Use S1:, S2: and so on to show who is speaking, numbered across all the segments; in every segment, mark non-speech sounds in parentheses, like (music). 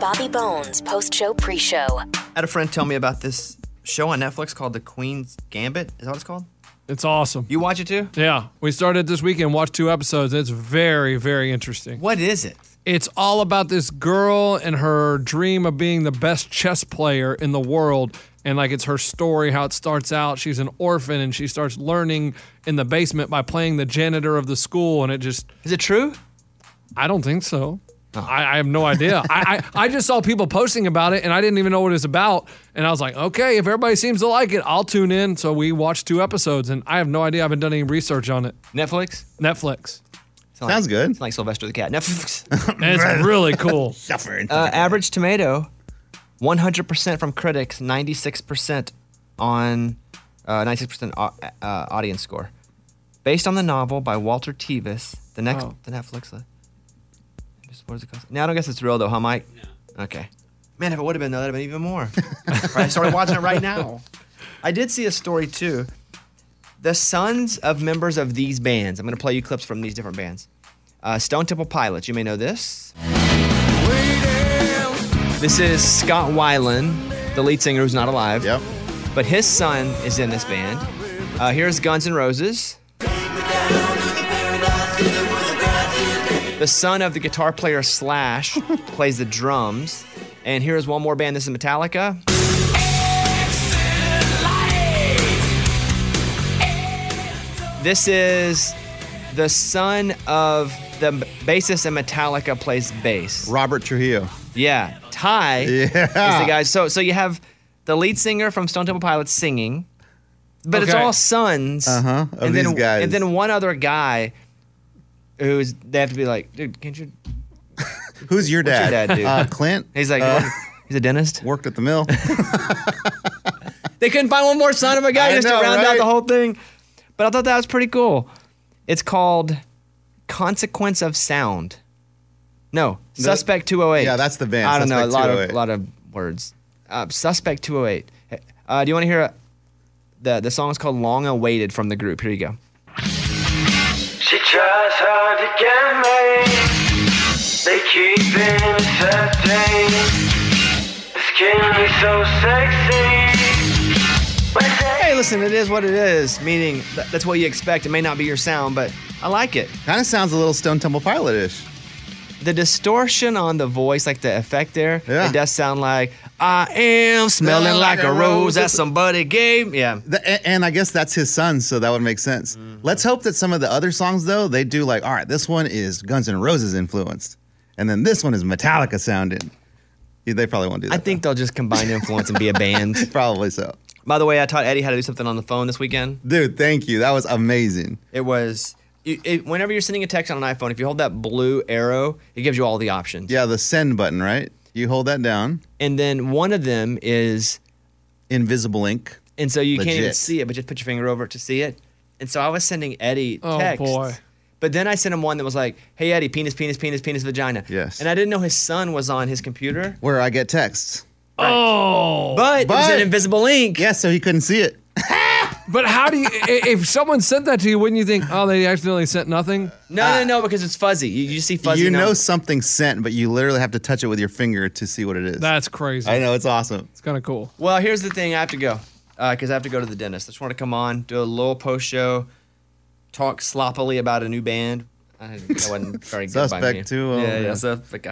S1: Bobby Bones post show pre show.
S2: I had a friend tell me about this show on Netflix called The Queen's Gambit. Is that what it's called?
S3: It's awesome.
S2: You watch it too?
S3: Yeah, we started this weekend, watched two episodes. It's very, very interesting.
S2: What is it?
S3: It's all about this girl and her dream of being the best chess player in the world. And like it's her story, how it starts out. She's an orphan and she starts learning in the basement by playing the janitor of the school. And it just,
S2: Is it true?
S3: I don't think so.
S2: Oh.
S3: I, I have no idea. I, I, I just saw people posting about it and I didn't even know what it was about. And I was like, okay, if everybody seems to like it, I'll tune in. So we watched two episodes and I have no idea. I haven't done any research on it.
S2: Netflix?
S3: Netflix.
S2: Sound like-
S4: Sounds good.
S2: It's like Sylvester the Cat.
S4: (laughs)
S2: Netflix.
S3: And it's really cool.
S4: Suffering.
S2: Uh, average tomato, 100% from critics, 96% on uh, 96% au- uh, audience score. Based on the novel by Walter Tevis, the next
S3: Oh.
S2: the Netflix. li- Just what does it cost? Now I don't guess it's real though, huh, Oh, Mike? No. Okay. Man, if it would have been, though, that'd have been even more. Right, I started watching it right now. I did see a story too. The sons of members of these bands. I'm going to play you clips from these different bands. Uh, Stone Temple Pilots. You may know this. This is Scott Weiland, the lead singer who's not alive.
S4: Yep.
S2: But his son is in this band. Uh, here's Guns N' Roses. The son of the guitar player Slash plays the drums. And here's one more band. This is Metallica. This is the son of the bassist in Metallica plays bass.
S4: Robert Trujillo.
S2: Yeah, Ty is the
S4: Yeah.
S2: guy. So so you have the lead singer from Stone Temple Pilots singing, but it's
S3: Okay.
S2: all sons.
S4: Uh-huh, of
S2: and then,
S4: these guys.
S2: And then one other guy, who's they have to be like, dude, can't you?
S4: Who's your
S2: your
S4: dad?
S2: dad do?
S4: Uh, Clint.
S2: He's like,
S4: Uh,
S2: "What? he's a dentist.
S4: worked at the
S2: (laughs)
S4: mill.
S2: They couldn't find one more son of a guy
S4: I
S2: just
S4: know,
S2: to round out
S4: right?
S2: the whole thing. But I thought that was pretty cool. It's called Consequence of Sound. No, Suspect 208.
S4: yeah, that's the band,
S2: I don't know, a
S4: Suspect
S2: lot of
S4: 208.
S2: lot of words. Uh, Suspect 208. Uh, do you want to hear a, the the song is called Long Awaited from the group. Here you go.
S5: She tries hard to get me. They keep intercepting. The skin is so sexy. But they-
S2: Hey, listen, it is what it is. Meaning th- that's what you expect. It may not be your sound, but I like it.
S4: kind of sounds a little Stone Temple Pilot ish.
S2: the distortion on the voice, like the effect there,
S4: Yeah.
S2: it does sound like I am smelling like a rose that somebody gave. me." Yeah. Mm-hmm.
S4: And, I guess that's his son, so that would make sense. Let's hope that some of the other songs, though, they do like, all right, this one is Guns N' Roses influenced, and then this one is Metallica sounding. Yeah, They probably won't do that.
S2: I think
S4: though.
S2: they'll just combine influence and be a band.
S4: (laughs) probably so.
S2: By the way, I taught Eddie how to do something on the phone this weekend.
S4: Dude, thank you. That was amazing.
S2: It was it, it- whenever you're sending a text on an iPhone, if you hold that blue arrow, it gives you all the options.
S4: Yeah, the send button, right? You hold that down.
S2: And then one of them is,
S4: Invisible ink.
S2: and so you can't even
S4: Legit.
S2: see it, but just put your finger over it to see it. And so I was sending Eddie
S3: Oh,
S2: texts.
S3: boy.
S2: But then I sent him one that was like, "Hey Eddie, penis, penis, penis, penis, vagina."
S4: Yes.
S2: And I didn't know his son was on his computer.
S4: Where I get texts.
S3: Oh.
S2: But, it was
S4: But-
S2: an invisible ink.
S4: Yeah, so he couldn't see it.
S3: But how do you, i- if someone sent that to you, wouldn't you think, oh, they accidentally sent nothing?
S2: No, no, no, because it's fuzzy. You, you see fuzzy.
S4: you know
S2: numbers.
S4: something sent, but you literally have to touch it with your finger to see what it is.
S3: That's crazy.
S4: I know it's awesome.
S3: It's kind of cool.
S2: Well, here's the thing. I have to go because I have to go to the dentist. I just want to come on, do a little post show, talk sloppily about a new band. I, that wasn't very good by me.
S4: Suspect too, oh,
S2: yeah, yeah,
S4: man.
S2: suspect.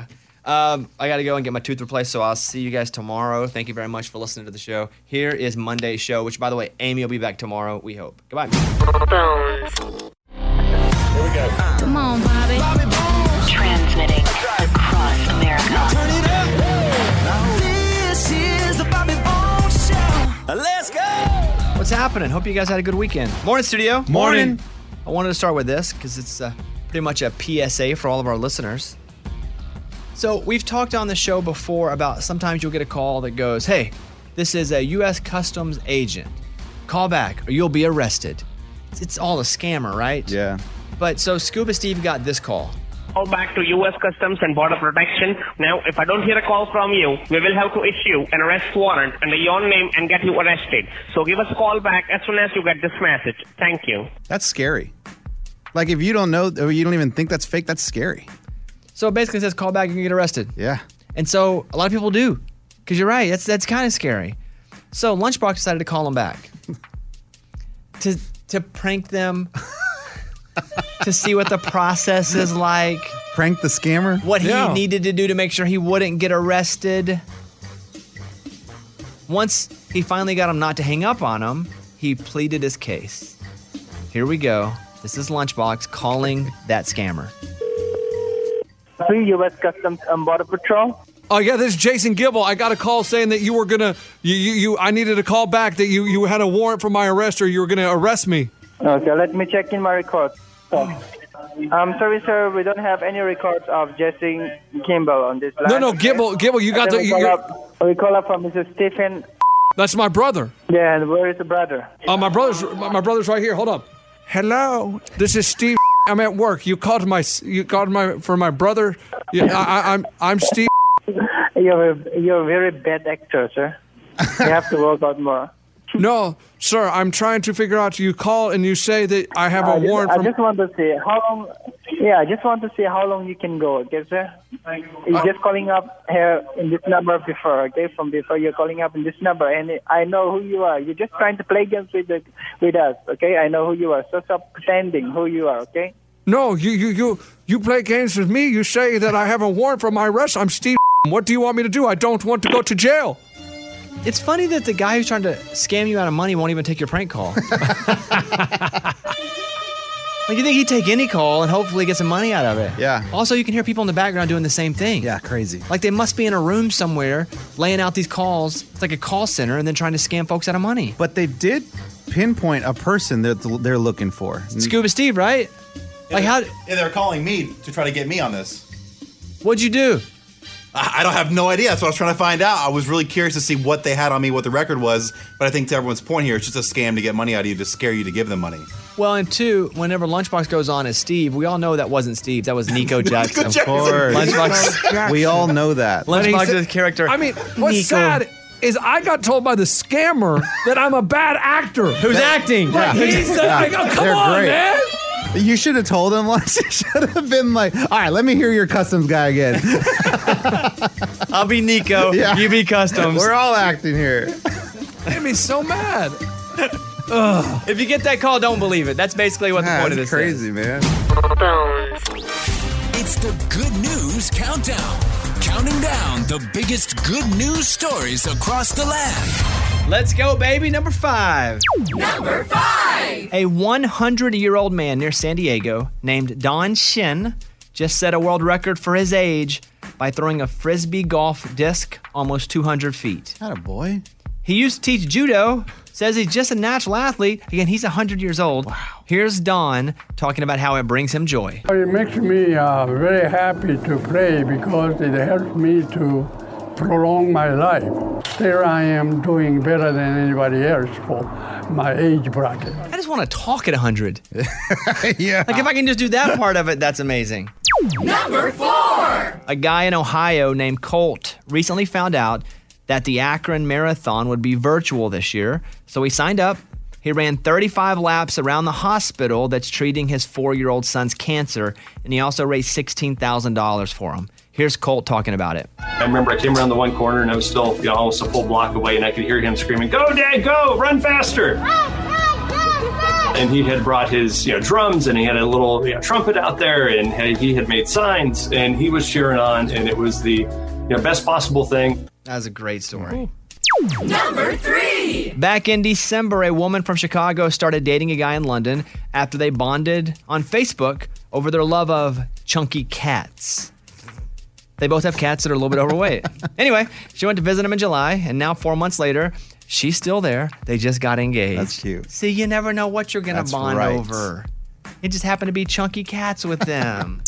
S2: Um, I got to go and get my tooth replaced, so I'll see you guys tomorrow. Thank you very much for listening to the show. Here is Monday's show, which, by the way, Amy will be back tomorrow. We hope. Goodbye.
S1: Bones.
S6: Come on, Bobby.
S1: Transmitting across America.
S7: This is the Bobby Bones Show. Let's go.
S2: What's happening? Hope you guys had a good weekend. Morning, studio.
S3: Morning.
S2: I wanted to start with this because it's uh, pretty much a PSA for all of our listeners. So, we've talked on the show before about sometimes you'll get a call that goes, Hey, this is a U.S. Customs agent. Call back or you'll be arrested. It's, it's all a scammer, right?
S4: Yeah.
S2: But so, Scuba Steve got this call.
S8: Go back to U.S. Customs and Border Protection. Now, if I don't hear a call from you, we will have to issue an arrest warrant under your name and get you arrested. So give us a call back as soon as you get this message. Thank you.
S4: That's scary. Like if you don't know or you don't even think that's fake, that's scary.
S2: So, it basically says, Call back and you get arrested.
S4: Yeah.
S2: And so a lot of people do, because you're right. That's that's kind of scary. So Lunchbox decided to call
S4: (laughs)
S2: them back to to prank them, to see what the process is like,
S4: Prank the scammer.
S2: what he
S3: Yeah.
S2: needed to do to make sure he wouldn't get arrested. Once he finally got him not to hang up on him, he pleaded his case. Here we go. This is Lunchbox calling that scammer.
S9: Three U.S. Customs and Border Patrol.
S3: Oh yeah, this is Jason Gibble. I got a call saying that you were gonna you you, you I needed a call back that you you had a warrant for my arrest or you were gonna arrest me.
S9: Okay, let me check in my records. I'm Um, sorry, sir. We don't have any records of Jesse Kimball on this line.
S3: No, no, Gibble, Gibble, you got the
S9: we,
S3: you,
S9: call
S3: you-
S9: up, we call up for Mr. Stephen.
S3: that's my brother.
S9: Yeah, and where is the brother?
S3: Uh, my brother's my, my brother's right here. Hold up. Hello, this is Steve. I'm at work. You called my you called my for my brother. Yeah, I, I, I'm
S9: (laughs)
S3: I'm Steve.
S9: You're a, you're a very bad actor,
S3: (laughs)
S9: sir. you have to work out more.
S3: No, sir, I'm trying to figure out. You call and you say that I have a
S9: I, just,
S3: warrant
S9: I
S3: from.
S9: just want to see how long. Yeah, I just want to see how long you can go, okay, sir? You're just calling up here in this number before, okay? From before you're calling up in this number, and I know who you are. You're just trying to play games with the, with us, okay? I know who you are. So stop pretending who you are, okay?
S3: No, you you you you play games with me. You say that I have a warrant for my arrest. I'm Steve. What do you want me to do? I don't want to go to jail.
S2: It's funny that the guy who's trying to scam you out of money won't even take your
S4: (laughs)
S2: prank call. like you think he'd take any call and hopefully get some money out of it.
S4: Yeah.
S2: Also, you can hear people in the background doing the same thing.
S4: Yeah, crazy.
S2: Like they must be in a room somewhere laying out these calls. It's like a call center and then trying to scam folks out of money.
S4: But they did pinpoint a person that they're looking for.
S2: Mm. Scuba Steve, right? Like how
S6: Yeah, they're calling me to try to get me on this.
S2: what'd you do?
S6: I I don't have no idea. That's what I was trying to find out. I was really curious to see what they had on me, what the record was. But I think to everyone's point here, it's just a scam to get money out of you to scare you to give them money.
S2: Well, and two, whenever Lunchbox goes on as Steve, we all know that wasn't Steve. That
S4: (laughs)
S2: was Nico Jackson.
S4: Of course.
S2: Lunchbox
S4: we all know that.
S2: Lunchbox's character.
S3: I mean, what's
S2: Nico.
S3: sad is I got told by the scammer that I'm a bad actor.
S2: Who's acting?
S3: Like, he's like, oh, come
S4: They're
S3: on,
S4: great.
S3: man.
S4: You should have told (laughs) him. Like, you should have been like, all right, let me hear your customs guy again.
S2: I'll be
S4: (laughs)
S2: Nico.
S4: Yeah.
S2: You be Customs.
S4: We're all acting here.
S3: Made me so mad.
S2: if you get that call, don't believe it. That's basically what the
S4: Yeah,
S2: point of
S4: that's
S2: this is.
S4: crazy, man.
S10: Bones.
S5: It's the Good News Countdown. Counting down the biggest good news stories across the land.
S2: Let's go, baby. Number five. Number five. A 100 year old man near San Diego named Don Shin just set a world record for his age by throwing a frisbee golf disc almost 200 feet.
S4: Not a boy.
S2: He used to teach judo, says he's just a natural athlete. Again, he's 100 years old. Wow. Here's Don talking about how it brings him joy.
S11: It makes me uh, very happy to play because it helps me to prolong my life. There I am doing better than anybody else for my age bracket.
S2: I just want to talk at 100.
S4: (laughs) yeah.
S2: Like if I can just do that part of it, that's amazing. Number four. A guy in Ohio named Colt recently found out that the Akron Marathon would be virtual this year, so he signed up. He ran 35 laps around the hospital that's treating his four-year-old son's cancer, and he also raised $16,000 for him. Here's Colt talking about it.
S12: I remember I came around the one corner and I was still you know, almost a full block away, and I could hear him screaming, "Go, Dad, go! Run faster!" And he had brought his you know drums and he had a little you know, trumpet out there, and had- he had made signs, and he was cheering on, and it was the you know, best possible thing.
S2: That was a great story. Number three. Back in December, a woman from Chicago started dating a guy in London after they bonded on Facebook over their love of chunky cats. They both have cats that are a little
S4: (laughs)
S2: bit overweight. anyway, she went to visit him in July, and now four months later, she's still there. They just got engaged.
S4: That's cute.
S2: See, you never know what you're gonna
S4: That's
S2: bond
S4: right.
S2: over. It just happened to be chunky cats with them.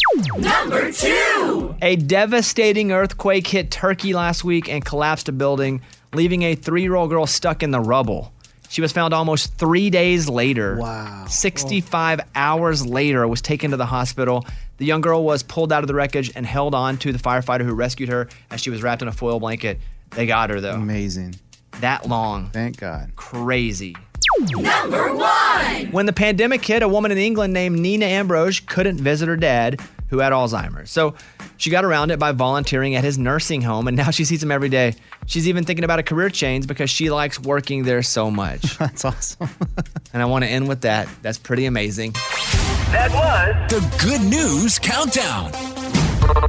S2: A devastating earthquake hit Turkey last week and collapsed a building, leaving a three year old girl stuck in the rubble. She was found almost three days later. Wow. 65 hours later, was taken to the hospital. The young girl was pulled out of the wreckage and held on to the firefighter who rescued her as she was wrapped in a foil blanket. They got her, though.
S4: Amazing.
S2: That long
S4: Thank God.
S2: crazy. Number one. When the pandemic hit, a woman in England named Nina Ambrose couldn't visit her dad, who had Alzheimer's. So she got around it by volunteering at his nursing home, and now she sees him every day. She's even thinking about a career change because she likes working there so much.
S4: (laughs) That's awesome.
S2: and I want to end with that. That's pretty amazing.
S7: That was the Good News Countdown.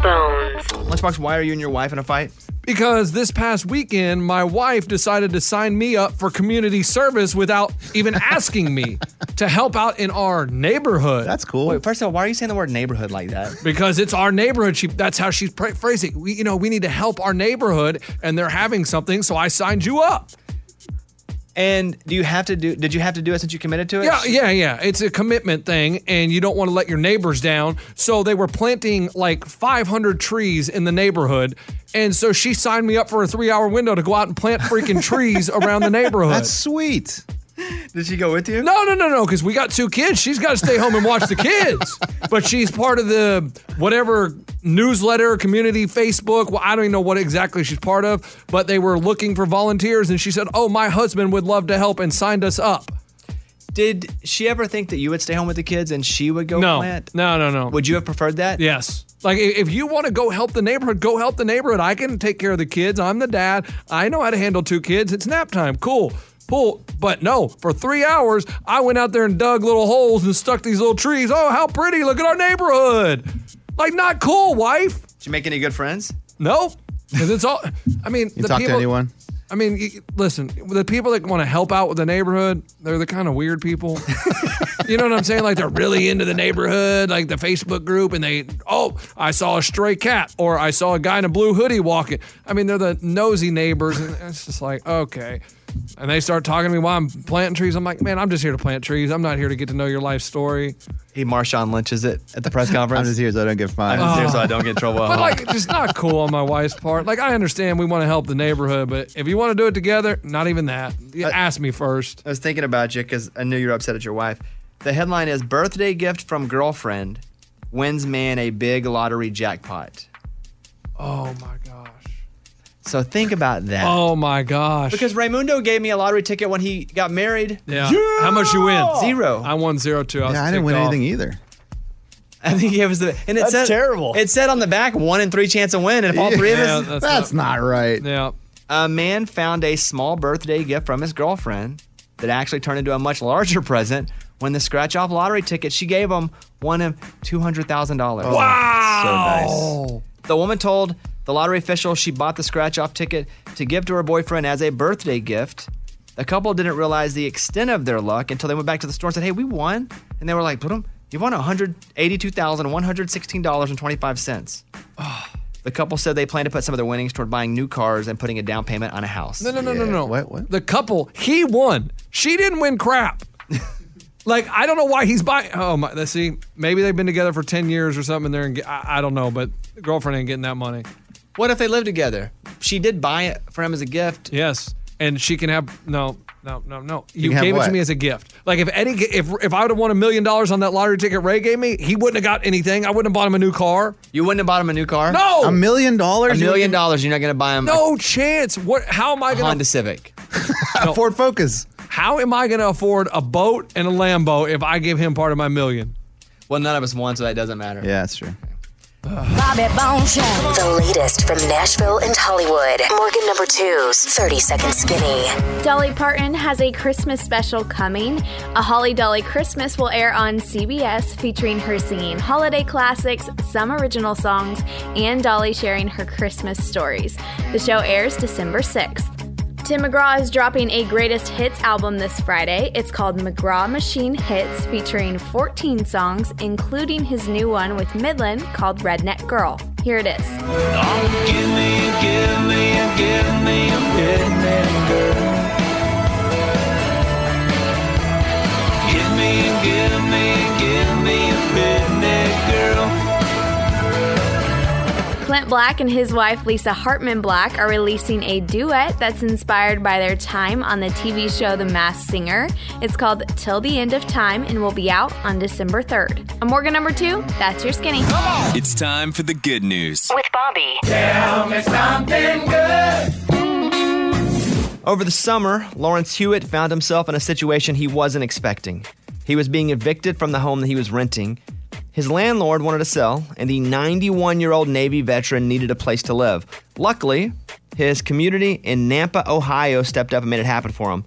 S2: Lunchbox, why are you and your wife in a fight?
S3: Because this past weekend, my wife decided to sign me up for community service without
S2: (laughs)
S3: even asking me to help out in our neighborhood.
S4: That's cool.
S2: Wait, first of all, why are you saying the word neighborhood like that?
S3: Because it's our neighborhood. She, that's how she's pra- phrasing. We, you know, we need to help our neighborhood, and they're having something, so I signed you up.
S2: And do you have to do? Did you have to do it since you committed to it?
S3: Yeah, yeah, yeah. It's a commitment thing, and you don't want to let your neighbors down. So they were planting like 500 trees in the neighborhood, and so she signed me up for a three-hour window to go out and
S2: (laughs)
S3: plant freaking trees around the neighborhood.
S4: That's sweet.
S2: Did she go with you?
S3: No, no, no, no, because we got two kids. She's got to stay home and watch
S2: (laughs)
S3: the kids. but she's part of the whatever newsletter, community, Facebook. Well, I don't even know what exactly she's part of, but they were looking for volunteers, and she said, Oh, my husband would love to help and signed us up.
S2: Did she ever think that you would stay home with the kids and she would go
S3: No,
S2: plant?
S3: no, no, no.
S2: Would you have preferred that?
S3: Yes. Like i- if you want to go help the neighborhood, go help the neighborhood. I can take care of the kids. I'm the dad. I know how to handle two kids. It's nap time. Cool. Pool. But no, for three hours, I went out there and dug little holes and stuck these little trees. Oh, how pretty. Look at our neighborhood. Like, not cool, wife.
S2: Did you make any good friends?
S3: No. Because it's all, I mean,
S4: You talk to anyone?
S3: I mean, y- listen, the people that want to help out with the neighborhood, they're the kind of
S2: (laughs)
S3: weird people. (laughs) you know what I'm saying? Like they're really into the neighborhood, like the Facebook group, and they, oh, I saw a stray cat, or I saw a guy in a blue hoodie walking. I mean, they're the nosy neighbors, and it's just like, okay. And they start talking to me while I'm planting trees. I'm like, man, I'm just here to plant trees. I'm not here to get to know your life story.
S2: He Marshawn Lynch's it at the (laughs) press
S4: I'm
S2: conference.
S3: (laughs)
S4: just here so I don't get fined.
S2: I'm just here so I don't get in trouble. at
S3: Oh. But
S2: home.
S3: like, it's just not cool on my wife's part. Like, I understand we want to help the neighborhood, but if you want to do it together, not even that.
S2: Uh,
S3: You ask me first.
S2: I was thinking about you because I knew you were upset at your wife. The headline is "Birthday Gift from Girlfriend Wins Man a Big Lottery Jackpot."
S3: Oh my gosh.
S2: So think about that.
S3: Oh my gosh.
S2: Because Raimundo gave me a lottery ticket when he got married.
S3: yeah. How much you win?
S2: Zero.
S3: I won zero too. I, was
S4: yeah, I didn't win
S3: ticked off.
S4: anything either.
S2: I think he was the and it said
S4: terrible.
S2: It said on the back one in three chance to win, and if all three of
S3: Yeah,
S2: us,
S3: that's,
S4: That's
S3: not.
S4: not right.
S3: Yeah.
S2: a man found a small birthday gift from his girlfriend that actually turned into a much larger (laughs) present when the scratch off lottery ticket she gave him won him two hundred thousand dollars.
S4: So nice.
S3: Oh.
S2: The woman told the lottery official she bought the scratch off ticket to give to her boyfriend as a birthday gift. The couple didn't realize the extent of their luck until they went back to the store and said, Hey, we won. And they were like, Bloom, you won $182,116.25. The couple said they plan to put some of their winnings toward buying new cars and putting a down payment on a house.
S3: No, no, no, no,
S4: Yeah,
S3: no.
S4: what- what?
S3: The couple, he won. She didn't
S2: (laughs)
S3: win crap. like, I don't know why he's buying. Oh, my. Let's see. Maybe they've been together for 10 years or something there. And get, I, I don't know, but the girlfriend ain't getting that money.
S2: What if they live together? She did buy it for him as a gift.
S3: Yes, and she can have no, no, no, no. You,
S4: can have
S3: gave it
S4: what?
S3: to me as a gift. Like if Eddie, g- if if I would have won a million dollars on that lottery ticket Ray gave me, he wouldn't have got anything. I wouldn't have bought him a new car.
S2: You wouldn't have bought him a new car?
S3: No,
S4: A million
S2: A
S4: dollars?
S2: million dollars, you're not going to buy him
S3: no chance. What? How am I
S2: a
S3: gonna?
S2: Honda
S3: (laughs)
S2: Civic.
S4: A Ford Focus.
S3: How am I gonna afford a boat and a Lambo if I give him part of my million?
S2: Well, none of us won, so that doesn't matter.
S4: Yeah, that's true.
S1: Bobby Bone Show. The latest from Nashville and Hollywood. Morgan number two's 30 Second Skinny.
S13: Dolly Parton has a Christmas special coming. A Holly Dolly Christmas will air on CBS, featuring her singing holiday classics, some original songs, and Dolly sharing her Christmas stories. The show airs December 6th. Tim McGraw is dropping a greatest hits album this Friday. It's called McGraw Machine Hits, featuring 14 songs, including his new one with Midland called Redneck Girl. Here it is. Clint Black and his wife Lisa Hartman Black are releasing a duet that's inspired by their time on the TV show The Masked Singer. It's called Till the End of Time and will be out on December 3rd. I'm Morgan number two. That's your skinny.
S7: It's time for the good news.
S1: With Bobby.
S2: Over the summer, Lawrence Hewitt found himself in a situation he wasn't expecting. He was being evicted from the home that he was renting. His landlord wanted to sell, and the 91 year old Navy veteran needed a place to live. Luckily, his community in Nampa, Ohio stepped up and made it happen for him.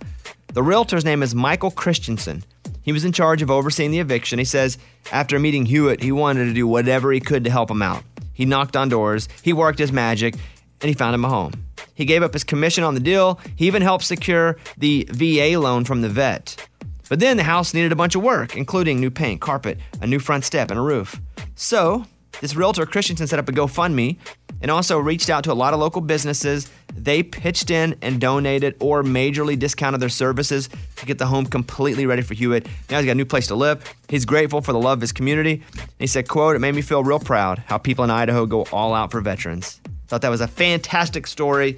S2: The realtor's name is Michael Christensen. He was in charge of overseeing the eviction. He says after meeting Hewitt, he wanted to do whatever he could to help him out. He knocked on doors, he worked his magic, and he found him a home. He gave up his commission on the deal. He even helped secure the VA loan from the vet. But then the house needed a bunch of work, including new paint, carpet, a new front step, and a roof. So, this realtor Christensen set up a GoFundMe and also reached out to a lot of local businesses. They pitched in and donated or majorly discounted their services to get the home completely ready for Hewitt. Now he's got a new place to live. He's grateful for the love of his community. And he said, quote, it made me feel real proud how people in Idaho go all out for veterans. Thought that was a fantastic story.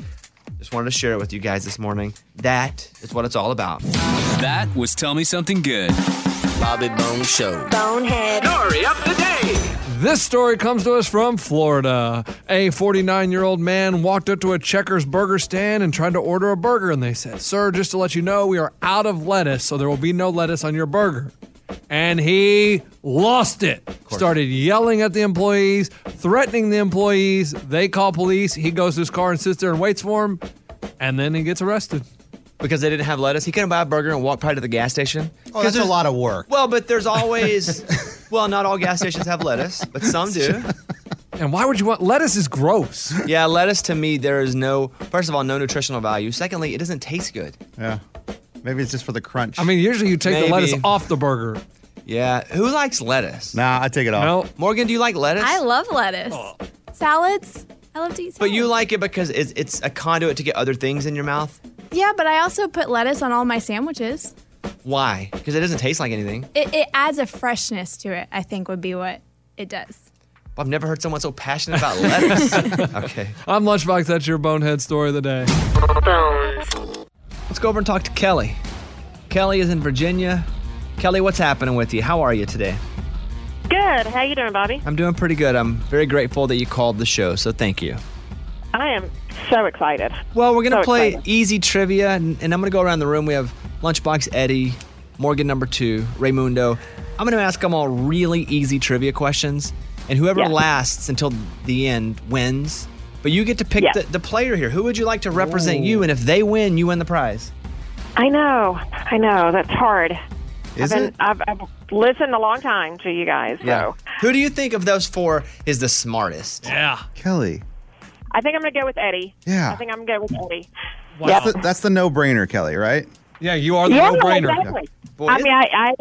S2: Just wanted to share it with you guys this morning. That is what it's all about.
S7: That was Tell Me Something Good. Bobby Bone Show.
S1: Bonehead. Story of the day.
S3: This story comes to us from Florida. A 49 year old man walked up to a Checkers burger stand and tried to order a burger, and they said, Sir, just to let you know, we are out of lettuce, so there will be no lettuce on your burger. And he lost it. Started yelling at the employees, threatening the employees. They call police. He goes to his car and sits there and waits for him, and then he gets arrested.
S2: Because they didn't have lettuce, he couldn't buy a burger and walk probably to the gas station.
S14: Oh, that's a lot of work.
S2: Well, but there's
S3: (laughs)
S2: always, well, not all gas stations have lettuce, (laughs) but some do.
S3: And why would you want lettuce? Is gross.
S2: Yeah, lettuce to me, there is no, first of all, no nutritional value. Secondly, it doesn't taste good.
S4: Yeah. Maybe it's just for the crunch.
S3: I mean, usually you take the lettuce off the burger.
S2: Yeah. Who likes lettuce?
S4: Nah, I take it off.
S2: Morgan, do you like lettuce?
S13: I love lettuce. Salads. I love to eat salads.
S2: But you like it because it's, it's a conduit to get other things in your mouth.
S13: yeah, but I also put lettuce on all my sandwiches.
S2: Why? Because it doesn't taste like anything.
S13: It, it adds a freshness to it, I think would be what it does.
S2: I've never heard someone so passionate
S3: (laughs)
S2: about lettuce. okay.
S3: I'm Lunchbox. That's your bonehead story of the day.
S2: Let's go over and talk to Kelly. Kelly is in Virginia. Kelly, what's happening with you? How are you today?
S15: Good. How you doing, Bobby?
S2: I'm doing pretty good. I'm very grateful that you called the show, so thank you.
S15: I am so excited.
S2: Well, we're gonna
S15: So
S2: play
S15: excited.
S2: easy trivia, and, and I'm gonna go around the room. We have Lunchbox Eddie, Morgan number two, Raymundo. I'm gonna ask them all really easy trivia questions, and whoever
S15: Yeah.
S2: lasts until the end wins. But you get to pick
S15: Yeah.
S2: the, the player here. Who would you like to represent you? And if they win, you win the prize.
S15: I know. I know. That's hard.
S2: Is
S15: I've, been,
S2: it?
S15: I've, I've listened a long time to you guys. So
S2: Who do you think of those four is the smartest?
S3: Yeah.
S4: Kelly.
S15: I think I'm gonna go with Eddie.
S4: Yeah.
S15: I think I'm gonna go with Eddie.
S4: That's, the, that's the no-brainer, Kelly, right?
S3: Yeah, you are
S15: yeah, exactly.
S4: Boy,
S15: I
S4: is-
S15: mean, I, I,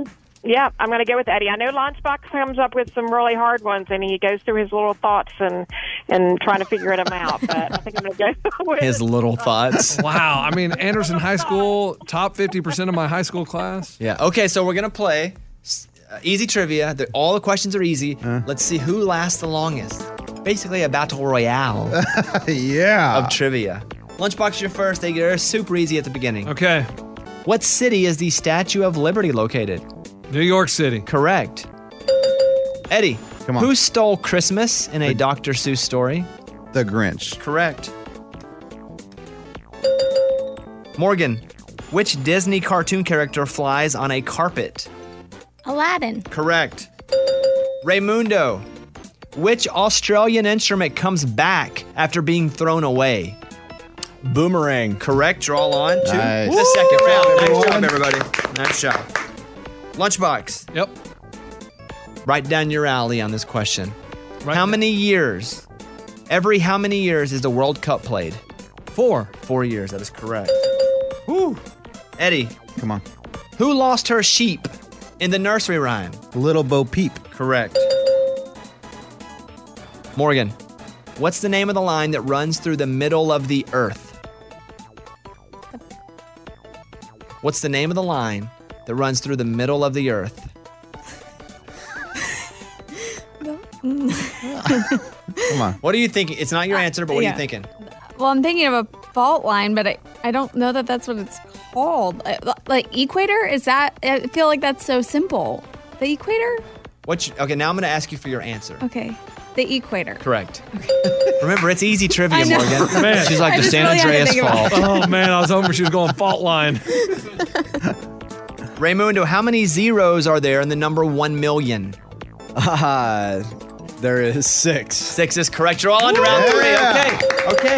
S15: yeah, I'm going to go with Eddie. I know Lunchbox comes up with some really hard ones, and he goes through his little thoughts and and trying to figure them out. But I think I'm going to go (laughs) with
S2: His little thoughts.
S3: (laughs) wow. I mean, Anderson High School, top 50% of my high school class.
S2: Yeah. Okay, so we're gonna play s- uh, easy trivia. The, all the questions are easy. Let's see who lasts the longest. Basically, a battle royale.
S4: yeah.
S2: Of trivia. Lunchbox, you're first. They are super easy at the beginning.
S3: Okay.
S2: What city is the Statue of Liberty located?
S3: New York City.
S2: Correct. Eddie, Come on. who stole Christmas in a Dr. Seuss story?
S4: The Grinch.
S2: Correct. Morgan, which Disney cartoon character flies on a carpet?
S13: Aladdin.
S2: Correct. Raymundo, which Australian instrument comes back after being thrown away? Boomerang. Correct. Draw on to
S5: Nice.
S2: the second
S5: Woo!
S2: round. Nice
S5: Everyone.
S2: job, everybody. Nice job. Lunchbox.
S3: Yep.
S2: Write down your alley on this question. how many years? Every how many years is the World Cup played?
S3: Four.
S2: Four years. That is correct. Woo. Eddie.
S4: Come on.
S2: Who lost her sheep in the nursery rhyme?
S4: Little Bo Peep.
S2: Correct. Morgan, what's the name of the line that runs through the middle of the earth? What's the name of the line that runs through the middle of the earth?
S4: Come on.
S2: What are you thinking? It's not your answer, but what are
S13: Uh, yeah.
S2: you thinking?
S13: Well, I'm thinking of a fault line, but I, I don't know that that's what it's called. Uh, li- Like equator? Is that? I feel like that's so simple. The equator?
S2: What? You, okay, now I'm going to ask you for your answer.
S13: Okay. The equator.
S2: Correct. (laughs) Remember, it's easy trivia,
S13: I know. (laughs)
S2: Morgan.
S3: Man.
S2: She's like
S13: I
S2: the
S13: just
S2: San
S13: really had to
S2: Andreas
S13: think about
S2: fault.
S3: Oh, man. I was hoping she was going
S2: (laughs)
S3: fault line. (laughs)
S2: Raymundo, how many zeros are there in the number 1 million?
S14: Uh, there is six.
S2: Six is correct. You're all on to round three. Okay.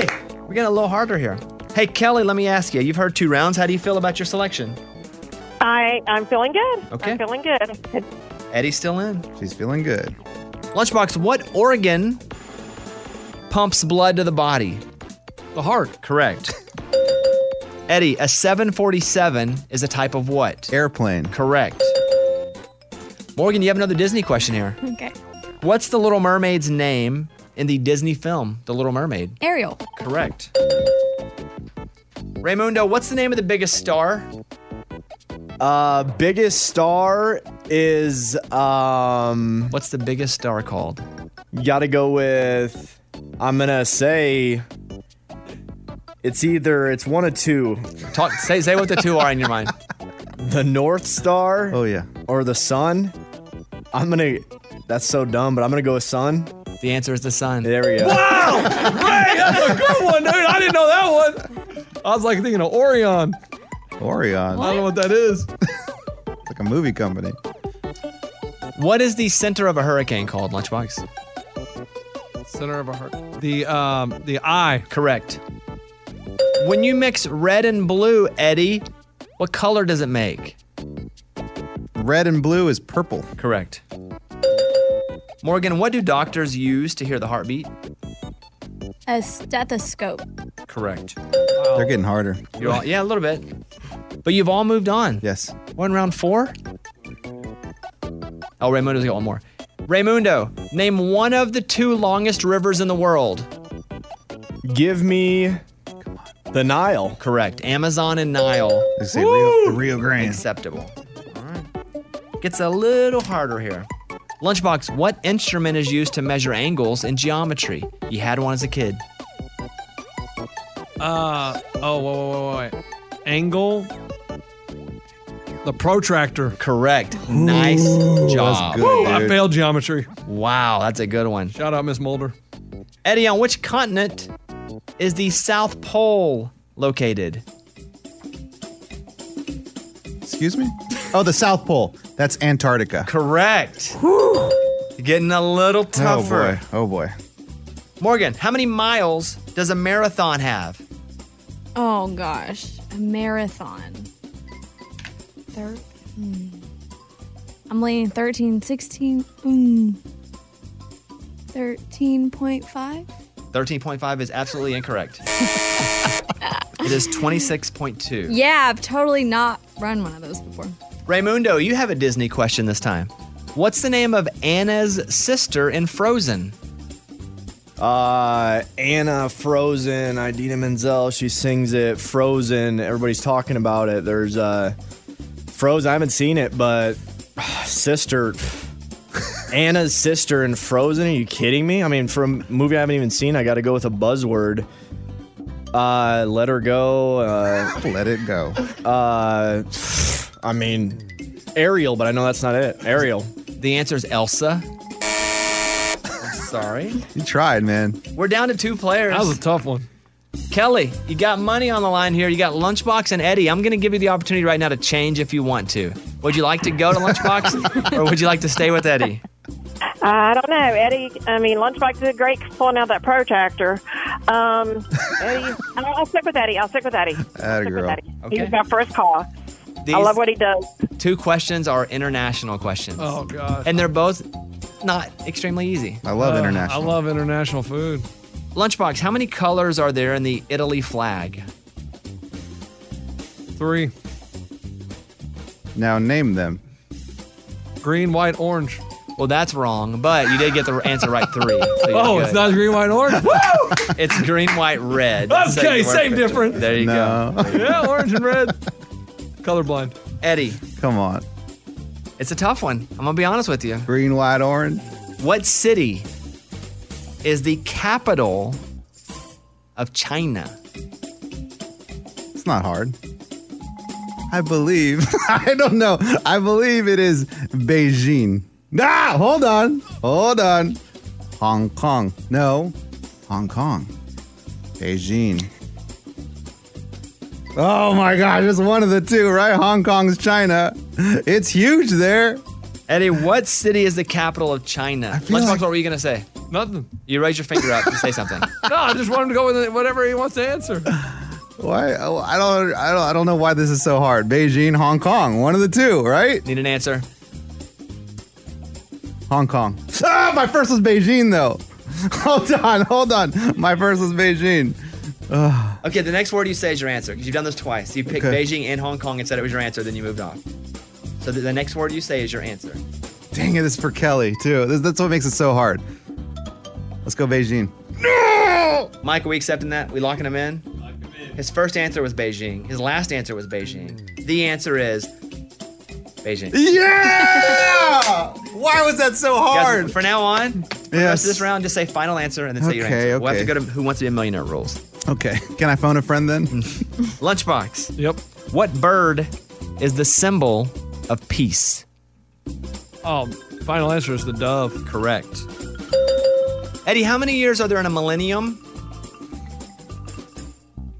S2: Okay. We're getting a little harder here. Hey, Kelly, let me ask you. You've heard two rounds. How do you feel about your selection?
S15: I, I'm feeling good.
S2: Okay.
S15: I'm feeling good.
S2: Eddie's still in.
S4: She's feeling good.
S2: Lunchbox, what organ pumps blood to the body?
S3: The heart.
S2: Correct. (laughs) Eddie, a 747 is a type of what?
S4: Airplane.
S2: Correct. Morgan, you have another Disney question here.
S16: Okay.
S2: What's the Little Mermaid's name in the Disney film, The Little Mermaid?
S16: Ariel.
S2: Correct. Raymundo, what's the name of the biggest star?
S14: Uh, biggest star is um.
S2: What's the biggest star called?
S14: Gotta go with. I'm gonna say. It's either it's one of two.
S2: Talk. Say say what the two are in your mind.
S14: (laughs) The North Star.
S4: Oh yeah.
S14: Or the Sun. I'm gonna. That's so dumb, but I'm gonna go with Sun.
S2: The answer is the Sun.
S14: There we go.
S3: Wow! Ray, that's a good one, dude. I didn't know that one. I was like thinking of Orion.
S4: Orion.
S3: I don't know what that is.
S4: (laughs) It's like a movie company.
S2: What is the center of a hurricane called, Lunchbox?
S3: Center of a heart. The um the eye.
S2: Correct. When you mix red and blue, Eddie, what color does it make?
S4: Red and blue is purple.
S2: Correct. Morgan, what do doctors use to hear the heartbeat?
S16: A stethoscope.
S2: Correct.
S4: They're getting harder.
S2: You're all, yeah, a little bit. But you've all moved on.
S4: Yes.
S2: We're in round four. Oh, Raymundo's got one more. Raymundo, name one of the two longest rivers in the world.
S14: Give me the Nile.
S2: Correct. Amazon and Nile.
S4: They say Rio, the Rio Grande.
S2: Acceptable. All right. Gets a little harder here. Lunchbox, what instrument is used to measure angles in geometry? You had one as a kid.
S3: Uh oh, whoa, whoa, whoa, whoa. Angle. The protractor.
S2: Correct. Nice job.
S4: good,
S3: Woo, I
S4: dude.
S3: failed geometry.
S2: Wow, that's a good one.
S3: Shout out, Miss Mulder.
S2: Eddie, on which continent is the South Pole located?
S4: Excuse me? Oh, the South Pole. That's Antarctica.
S2: Correct. Getting a little
S4: Oh
S2: tougher.
S4: boy. Oh boy.
S2: Morgan, how many miles does a marathon have?
S16: Oh gosh, a marathon. Thir- hmm. I'm leaning 13, 16,
S13: hmm.
S16: mm, 13.5.
S2: 13.5 is absolutely (laughs) incorrect. it is 26.2.
S16: Yeah, I've totally not run one of those before.
S2: Raymundo, you have a Disney question this time. What's the name of Anna's sister in Frozen?
S14: Uh, Anna Frozen, Idina Menzel, she sings it. Frozen, everybody's talking about it. There's uh, Frozen. I haven't seen it, but (sighs) sister, (sighs) Anna's sister in Frozen. Are you kidding me? I mean, from a movie I haven't even seen, I got to go with a buzzword. Uh, let her go. Uh,
S4: (laughs) Let it go.
S14: uh, I mean, Ariel, but I know that's not it. Ariel.
S2: The answer is Elsa. I'm sorry.
S4: You tried, man.
S2: We're down to two players.
S3: That was a tough one.
S2: Kelly, you got money on the line here. You got Lunchbox and Eddie. I'm going to give you the opportunity right now to change if you want to. Would you like to go to Lunchbox or would you like to stay with Eddie?
S15: I don't know, Eddie. I mean, Lunchbox did great pulling out that protractor. Um,
S4: (laughs)
S15: Eddie, I'll, I'll stick with Eddie. I'll stick with Eddie.
S4: Atta
S15: Stick with
S4: girl.
S15: Eddie.
S2: Okay.
S15: He's my first call.
S2: These
S15: I love what
S4: (laughs)
S15: he does.
S2: two questions are international questions.
S3: Oh god.
S2: And they're both not extremely easy.
S4: I love
S3: Uh,
S4: international.
S3: I love international food.
S2: Lunchbox, how many colors are there in the Italy flag?
S3: Three.
S4: now name them.
S3: Green, white, orange.
S2: Well, that's wrong, but you did get the answer right three. so you're
S3: (laughs) Oh, it's
S2: good.
S3: not green,
S2: (laughs)
S3: white, orange. Woo!
S2: It's green, white, red. So
S3: Okay,
S2: you were
S3: same
S2: correct.
S3: difference.
S2: There you
S4: No.
S3: (laughs)
S2: go.
S3: Yeah, orange and red. Colorblind.
S2: Eddie,
S4: Come on.
S2: it's a tough one. I'm going to be honest with you.
S4: Green, white, orange.
S2: What city is the capital of China?
S4: It's not hard. I believe. (laughs) I don't know. I believe it is Beijing. Ah, hold on. Hold on. Hong Kong. No. Hong Kong. Beijing. Oh my gosh, it's one of the two, right? Hong Kong's China. It's huge there.
S2: Eddie, what city is the capital of China? Lunchbox, what were you gonna say?
S3: Nothing.
S2: You raise your finger up and say
S3: (laughs)
S2: something.
S3: No, I just want him to go with whatever he wants to answer.
S4: Why? oh, I don't. I don't. I don't know why this is so hard. Beijing, Hong Kong, one of the two, right?
S2: Need an answer.
S4: Hong Kong. (laughs) Ah, my first was Beijing, though. (laughs) Hold on, hold on. My first was Beijing. Ah, Ugh.
S2: Okay, the next word you say is your answer because you've done this twice. You picked
S4: Okay.
S2: Beijing and Hong Kong and said it was your answer, then you moved on. So the, the next word you say is your answer.
S4: Dang it, this is for Kelly too. This, that's what makes it so hard. Let's go Beijing. Oh.
S2: No! Mike, are we accepting that? We locking him in? His first answer was Beijing. His last answer was Beijing. The answer is Beijing.
S4: Yeah! Why was that so
S2: Guys,
S4: hard?
S2: for now on, for the rest
S4: Yes.
S2: of this round, just say final answer and then say your
S4: Okay,
S2: answer. We'll have to
S4: okay.
S2: go to Who Wants to Be a Millionaire rules.
S4: Okay. (laughs) Can I phone a friend then?
S2: (laughs) Lunchbox.
S3: Yep.
S2: What bird is the symbol of peace?
S3: Oh, final answer is the dove.
S2: Correct. Eddie, how many years are there in a millennium?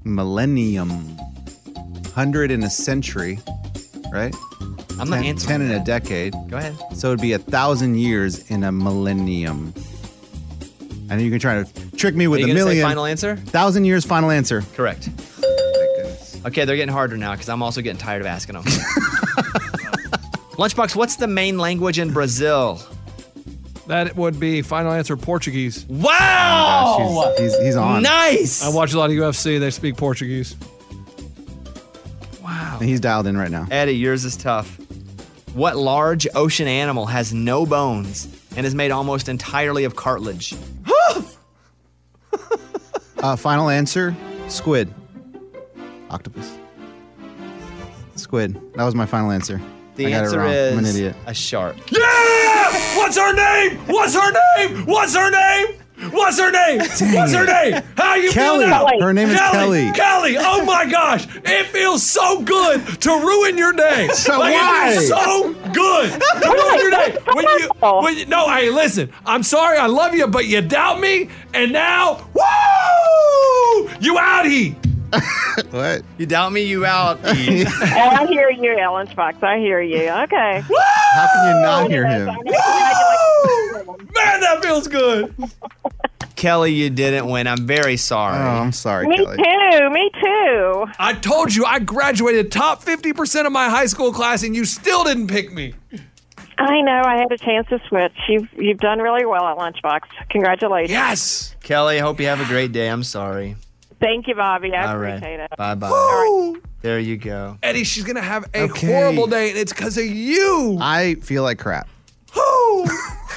S4: Millennium. Hundred in a century, right?
S2: I'm not
S4: ten,
S2: answering
S4: Ten in
S2: that.
S4: a decade.
S2: Go ahead.
S4: So it'd be a thousand years in a millennium. I know you can try to trick me with
S2: Are you
S4: a
S2: gonna say
S4: million.
S2: final answer?
S4: Thousand years, final answer.
S2: Correct. Okay, they're getting harder now because I'm also getting tired of
S4: (laughs)
S2: asking them. Lunchbox, what's the main language in Brazil?
S3: That would be final answer Portuguese.
S2: Wow!
S4: Oh, he's, he's, he's on.
S2: Nice.
S3: I watch a lot of UFC. They speak Portuguese.
S4: He's dialed in right now.
S2: Eddie, yours is tough. What large ocean animal has no bones and is made almost entirely of cartilage? (gasps)
S4: Uh, final answer: squid, octopus, squid. That was my final answer.
S2: The
S4: I got
S2: answer
S4: it wrong. I'm an
S2: is
S4: idiot.
S2: a shark.
S5: Yeah! What's her name? What's her name? What's her name? What's her name?
S4: Dang
S5: What's her
S4: it.
S5: name? How you
S4: Kelly.
S5: feel now?
S4: Her name is Kelly.
S5: Kelly. Oh my gosh! It feels so good to ruin your day.
S3: So
S5: like,
S3: why?
S5: It feels so good to ruin your day. When you, when you, no, hey, listen. I'm sorry. I love you, but you doubt me, and now, woo! You out here.
S4: (laughs) what?
S2: You doubt me? You
S4: (laughs)
S2: out? (laughs)
S15: Oh, I hear you, Ellen Fox. I hear you. Okay.
S4: How can you not hear him?
S5: Man, that feels good.
S2: Kelly, you didn't win. I'm very sorry. Oh, I'm
S4: sorry,
S15: Me too. Me too.
S3: I told you I graduated top 50% of my high school class and you still didn't pick me.
S15: I know. I had a chance to switch. You've you've done really well at Lunchbox. Congratulations.
S3: Yes.
S2: Kelly, I hope you have a great day. I'm sorry.
S15: Thank you, Bobby. I
S2: All right.
S15: appreciate it.
S2: Bye bye. There you go.
S3: Eddie, she's going to have a
S4: Okay.
S3: horrible day and it's because of you.
S4: I feel like crap. (laughs)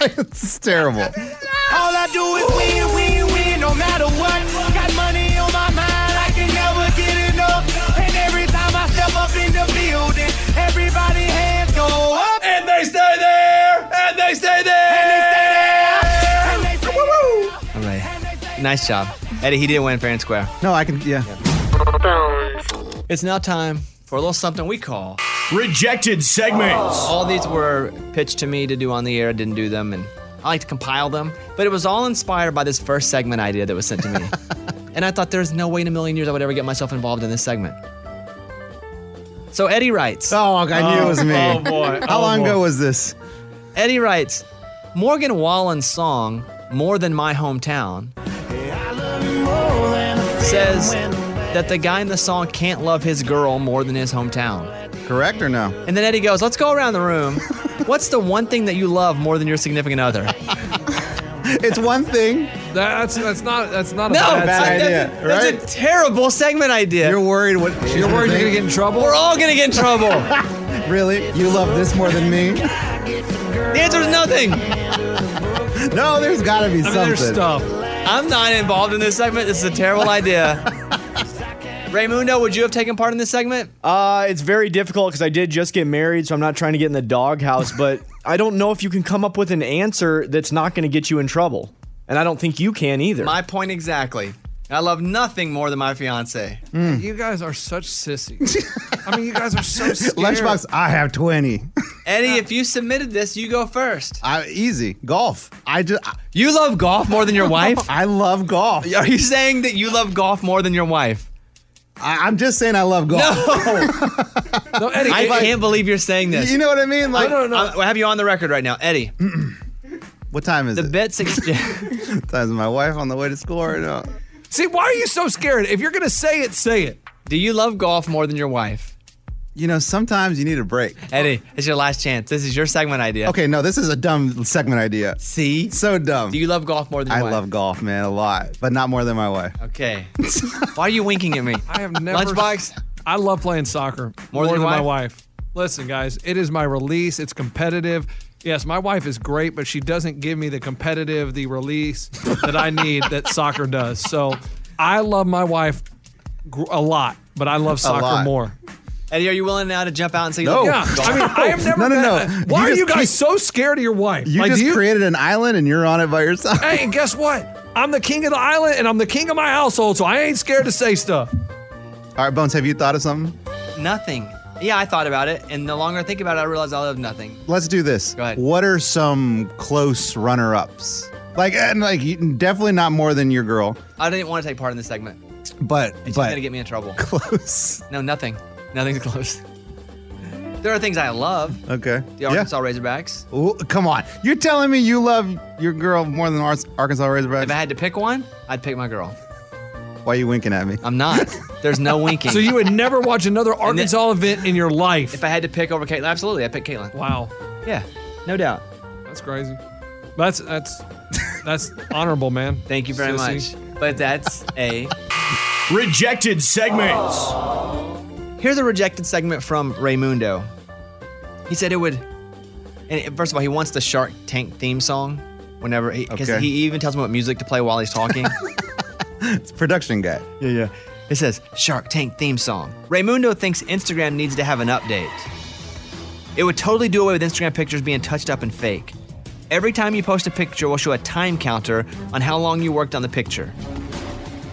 S4: it's terrible. (laughs)
S5: All I do is win, win, win, no matter what. Got money on my mind, I can never get enough. And every time I step up in the building, everybody hands go up. And they stay there, and they stay there, and they stay there. And they stay there.
S2: All right. Nice job. Eddie, he didn't win fair and square.
S4: No, I can. Yeah.
S2: It's now time for a little something we call
S7: Rejected segments.
S2: All these were pitched to me to do on the air. I didn't do them, and I like to compile them. But it was all inspired by this first segment idea that was sent to me. and I thought there's no way in a million years I would ever get myself involved in this segment. So Eddie writes.
S4: Oh, I knew it was me. How long ago was this?
S2: Eddie writes Morgan Wallen's song, More Than My Hometown, says that the guy in the song can't love his girl more than his hometown.
S4: Correct or no?
S2: And then Eddie goes, Let's go around the room. What's the one thing that you love more than your
S4: (laughs)
S2: significant other?
S4: It's one thing.
S3: That's that's not that's not
S2: No,
S3: a bad,
S2: that's-
S3: thing.
S2: that's- idea, that's a right? terrible segment idea.
S4: You're worried. What?
S3: You're worried you're gonna get in trouble.
S2: We're all gonna get in trouble.
S4: Really? You love this more than me?
S2: The answer is nothing.
S4: (laughs) No, there's got to be
S2: I mean,
S4: something.
S2: there's stuff. I'm not involved in this segment. This is a terrible idea.
S4: (laughs)
S2: Raymundo, would you have taken part in this segment?
S14: Uh, it's very difficult because I did just get married, so I'm not trying to get in the
S2: (laughs)
S14: doghouse, but I don't know if you can come up with an answer that's not going to get you in trouble. And I don't think you can either.
S2: My point exactly. I love nothing more than my fiance.
S4: Hmm.
S3: You guys are such sissies.
S4: (laughs)
S3: I mean, you guys are so scared.
S4: Lunchbox. I have twenty. (laughs)
S2: Eddie, if you submitted this, you go first.
S4: I, easy golf. I just.
S2: You
S4: (laughs)
S2: love golf more than your wife?
S4: I love golf.
S2: Are you saying that you love golf more than your wife?
S4: I, I'm just saying I love golf.
S2: No,
S4: Eddie,
S2: I
S4: it-
S2: can't believe you're saying
S4: (laughs)
S2: this.
S4: You know what I mean? Like-
S2: I don't know. I have you on the record right now, Eddie.
S4: what time is
S2: the
S4: it? (laughs)
S2: bets exchange.
S4: Times my wife on the way to school or no?
S3: See, why are you so scared? If you're gonna say it, say it.
S2: Do you love golf more than your wife?
S4: You know, sometimes you need a break.
S2: Eddie, it's your last chance. This is your segment idea.
S4: Okay, no, this is a dumb segment idea.
S2: See?
S4: So dumb. Do
S2: you love golf more than
S4: I
S2: your wife?
S4: love golf, man, a lot, but not more than my wife.
S2: Okay. Why are you winking at me?
S3: I have never.
S2: Lunchbox?
S3: I love playing soccer more,
S2: than
S3: than,
S2: your
S3: my
S2: wife?
S3: wife. Listen, guys, it is my release. It's competitive. Yes, my wife is great, but she doesn't give me the competitive, the release that I need
S4: (laughs)
S3: that soccer does. So I love my wife gr- a lot, but I love soccer
S2: lot.
S3: more.
S2: Eddie, are you willing now to jump out and say you
S3: No.
S4: (laughs)
S2: love
S3: Yeah,
S2: golf?
S3: I mean, I have never.
S4: No, no,
S3: been-
S4: no.
S3: Why
S4: You
S3: are
S4: just
S3: you guys
S4: keep-
S3: so scared of your
S4: (laughs)
S3: wife?
S4: You
S3: Like, do
S4: just created an island and you're on it by yourself.
S3: hey, guess what? I'm the king of the island and I'm the king of my household, so I ain't scared to say stuff.
S4: All right, Bones, have you thought of something?
S2: Nothing. Yeah, I thought about it, and the longer I think about it, I realize I love nothing.
S4: Let's do this.
S2: Go ahead.
S4: What are some close runner-ups? Like, and like, you- definitely not more than your girl,
S2: I didn't want to take part in this segment.
S4: but
S2: It's just
S4: but
S2: gonna get me in trouble.
S4: Close.
S2: No, nothing. Nothing's close. There are things I love.
S4: okay.
S2: The Arkansas Razorbacks.
S4: Ooh, come on, you're telling me you love your girl more than Ars- Arkansas Razorbacks?
S2: If I had to pick one, I'd pick my girl.
S4: Why are you winking at me?
S2: I'm not. There's no winking.
S3: So you would never watch another Arkansas event in your life.
S2: If I had to pick over Caitlin, absolutely, I'd pick Caitlin.
S3: Wow.
S2: Yeah, no doubt.
S3: That's crazy. That's that's that's honorable, man.
S2: (laughs) Thank you very much. But that's a
S7: rejected segments.
S2: Here's a rejected segment from Raymundo. He said it would. And first of all, he wants the Shark Tank theme song. Whenever he, because
S4: Okay.
S2: he even tells him what music to play while he's
S4: (laughs)
S2: talking.
S4: (laughs) It's a production guy.
S2: Yeah, yeah. It says Shark Tank theme song. Raymundo thinks Instagram needs to have an update. It would totally do away with Instagram pictures being touched up and fake. Every time you post a picture, we'll show a time counter on how long you worked on the picture.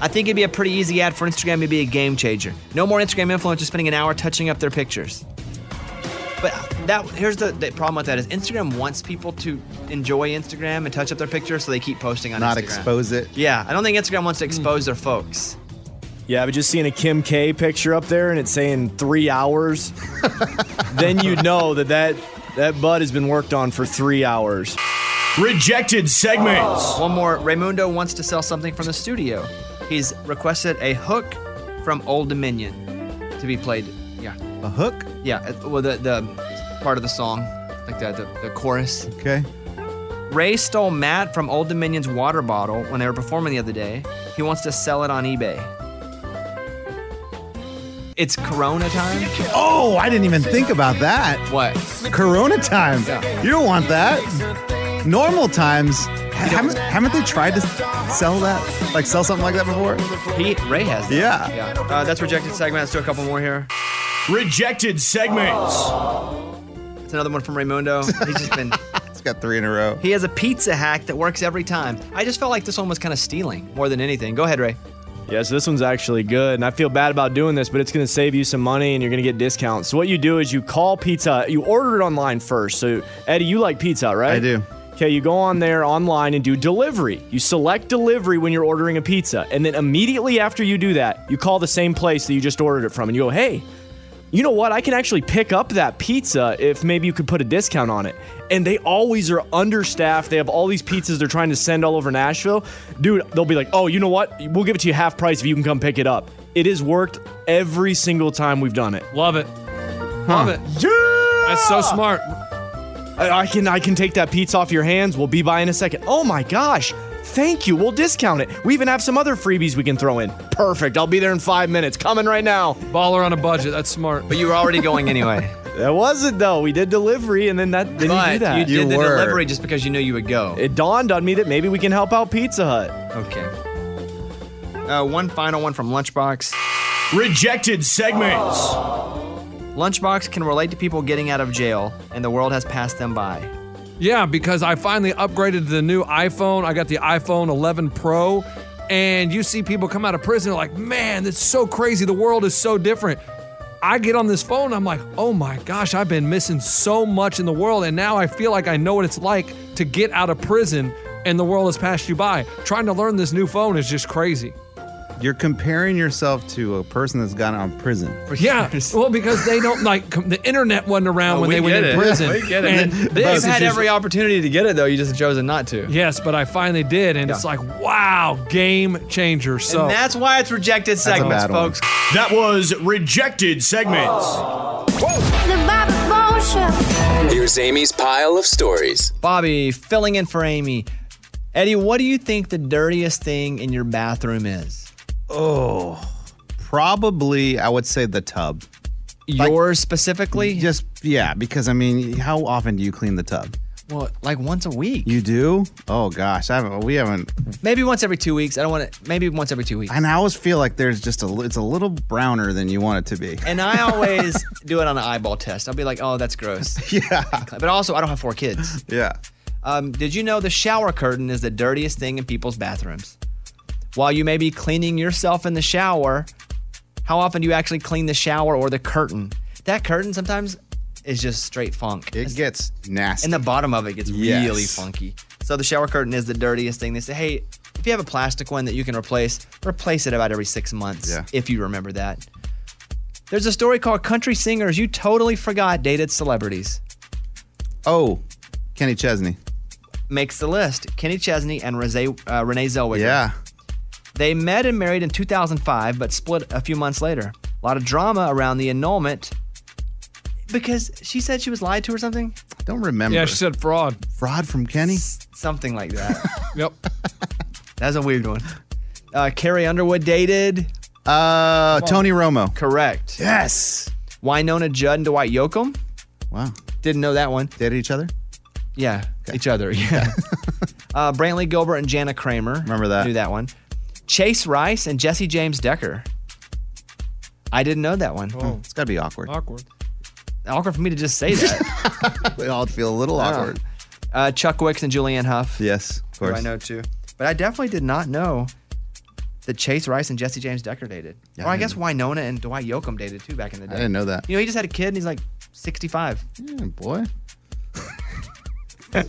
S2: I think it'd be a pretty easy ad for Instagram to be a game changer. No more Instagram influencers spending an hour touching up their pictures. But uh, that here's the, the problem with that is Instagram wants people to enjoy Instagram and touch up their pictures, so they keep posting on
S4: Not
S2: Instagram.
S4: expose it. Hmm.
S2: Yeah, I don't think Instagram wants to expose their folks.
S14: Yeah, but just seeing a Kim K picture up there and it's saying three
S2: (laughs)
S14: hours, then you know that that that bud has been worked on for three hours.
S7: Rejected segments.
S2: One more. Raymundo wants to sell something from the studio. He's requested a hook from Old Dominion to be played. Yeah.
S4: A hook?
S2: Yeah. it- Well, the, the part of the song, like the, the, the chorus.
S4: Okay.
S2: Ray stole Matt from Old Dominion's water bottle when they were performing the other day. He wants to sell it on eBay. It's Corona time.
S4: Oh, I didn't even think about that.
S2: What?
S4: Corona time.
S2: Yeah.
S4: You don't want that. Normal times. Haven't, haven't they tried to sell that? Like sell something like that before?
S2: He, Ray has that.
S4: Yeah.
S2: Yeah. Uh, that's rejected segment. Let's do a couple more here.
S7: Rejected segments.
S2: It's another one from
S4: (laughs)
S2: Raymundo. He's just been.
S4: It's got three in a row.
S2: He has a pizza hack that works every time. I just felt like this one was kind of stealing more than anything. Go ahead, Ray.
S14: Yeah, so this one's actually good, and I feel bad about doing this, but it's going to save you some money, and you're going to get discounts. So what you do is you call Pizza, Hut- you order it online first. So Eddie, you like Pizza, Hut, right? I do. Okay, you go on there online and do delivery. You select delivery when you're ordering a pizza, and then immediately after you do that, you call the same place that you just ordered it from, and you go, "Hey, you know what? I can actually pick up that pizza if maybe you could put a discount on it. And they always are understaffed. They have all these pizzas they're trying to send all over Nashville. Dude, they'll be like, oh, you know what? We'll give it to you half price if you can come pick it up. It has worked every single time we've done it.
S3: Love it. Love it.
S14: Yeah!
S3: That's so smart.
S14: I, I can I can take that pizza off your hands. We'll be by in a second. Oh my gosh. Thank you. We'll discount it. We even have some other freebies we can throw in. Perfect. I'll be there in five minutes. Coming right now.
S3: Baller on a budget. That's smart.
S2: But you were already going anyway.
S14: (laughs)
S3: (laughs)
S14: that wasn't though. We did delivery and then that then you
S2: but
S14: do that.
S2: did the delivery just because you knew you would go.
S14: It dawned on me that maybe we can help out Pizza Hut.
S2: Okay. Uh, one final one from Lunchbox.
S7: Rejected segments.
S2: Lunchbox can relate to people getting out of jail, and the world has passed them by.
S3: Yeah, because I finally upgraded to the new iPhone. I got the iPhone 11 Pro, and you see people come out of prison they're like, man, that's so crazy. The world is so different. I get on this phone, I'm like, oh my gosh, I've been missing so much in the world, and now I feel like I know what it's like to get out of prison and the world has passed you by. Trying to learn this new phone is just crazy.
S4: You're comparing yourself to a person that's gone out of prison.
S3: Yeah, well, because they don't like com- the internet wasn't around when they were in prison. And
S2: They've had every opportunity to get it though. You just have chosen not to.
S3: Yes, but I finally did, and it's like, wow, game changer. So
S2: and that's why it's rejected segments, folks.
S7: That was rejected segments.
S5: The Bobby Bones Show.
S17: Here's Amy's pile of stories.
S2: Bobby filling in for Amy. Eddie, what do you think the dirtiest thing in your bathroom is?
S4: Oh, probably I would say the tub.
S2: Yours specifically?
S4: Just yeah, because I mean, how often do you clean the tub?
S2: Well, like once a week.
S4: You do? Oh gosh, I haven't. We haven't.
S2: Maybe once every two weeks. I don't want to. Maybe once every two weeks.
S4: And I always feel like there's just a. li- It's a little browner than you want it to be.
S2: And I
S4: (laughs)
S2: always do it on an eyeball test. I'll be like, oh, that's gross.
S4: yeah.
S2: But also, I don't have four kids.
S4: Yeah.
S2: Um, did you know the shower curtain is the dirtiest thing in people's bathrooms? While you may be cleaning yourself in the shower, how often do you actually clean the shower or the curtain? That curtain sometimes is just straight funk. It
S4: gets nasty.
S2: And the bottom of it gets
S4: Yes.
S2: really funky. So the shower curtain is the dirtiest thing. They say, hey, if you have a plastic one that you can replace, replace it about every six months
S4: Yeah.
S2: if you remember that. There's a story called Country Singers You Totally Forgot Dated Celebrities.
S4: Oh, Kenny Chesney.
S2: makes the list. Kenny Chesney and Renee, uh, Renee Zellweger.
S4: Yeah.
S2: They met and married in 2005, but split a few months later. A lot of drama around the annulment because she said she was lied to or something.
S4: Don't remember.
S2: Yeah, she
S3: said fraud.
S4: Fraud from Kenny?
S2: Something like that.
S3: yep.
S2: That's a weird one. Uh, Carrie Underwood dated.
S4: Uh, Tony Romo.
S2: Correct.
S4: Yes.
S2: Winona Judd and Dwight Yoakam.
S4: Wow.
S2: Didn't know that one.
S4: Dated each other?
S2: Yeah, each other. Yeah. (laughs) uh, Brantley Gilbert and Jana Kramer. Remember that? Knew that one. Chase Rice and Jesse James Decker. I didn't know that one.
S4: It's got to be awkward.
S3: Awkward.
S2: Awkward for me to just say that.
S4: (laughs) we all feel a little awkward.
S2: Uh, Chuck Wicks and Julianne Huff.
S4: Yes, of
S2: who
S4: course.
S2: I know too. But I definitely did not know that Chase Rice and Jesse James Decker dated.
S4: Yeah,
S2: or I,
S4: I
S2: guess Winona and Dwight Yoakam dated too back in the
S4: I
S2: day.
S4: didn't know that.
S2: You know, he just had a kid and he's like 65. (laughs)
S4: boy.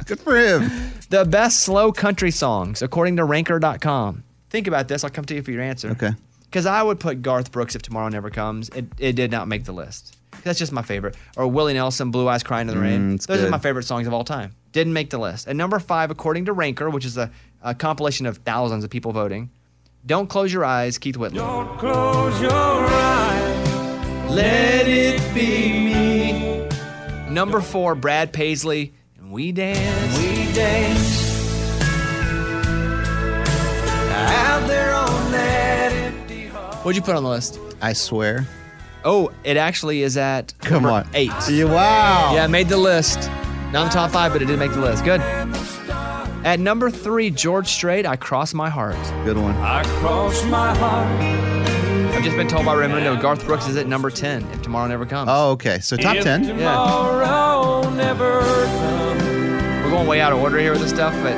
S4: Good for him.
S2: The best slow country songs, according to ranker.com. Think about this. I'll come to you for your answer.
S4: Okay.
S2: Because I would put Garth Brooks if Tomorrow Never Comes. It, it did not make the list. That's just my favorite. Or Willie Nelson, Blue Eyes Crying in the Rain.
S4: Mm, it's
S2: Those are
S4: good.
S2: my favorite songs of all time. Didn't make the list. At number five, according to Ranker, which is a, a compilation of thousands of people voting, Don't Close Your Eyes, Keith Whitley. Don't close your eyes. Let it be me. Number four, Brad Paisley, and We Dance. We Dance. Out there on that. What'd you put on the list?
S4: I swear.
S2: Oh, it actually is at
S4: Come
S2: number
S4: on.
S2: eight.
S4: Yeah, wow.
S2: Yeah, it made the list. Not in the top five, but it did make the list. Good. At number three, George Strait, I Cross My Heart.
S4: Good one.
S2: I cross my heart. I've just been told by Raymundo Garth Brooks is at number 10 if tomorrow never comes.
S4: Oh, okay. So top 10.
S2: Yeah. We're going way out of order here with this stuff, but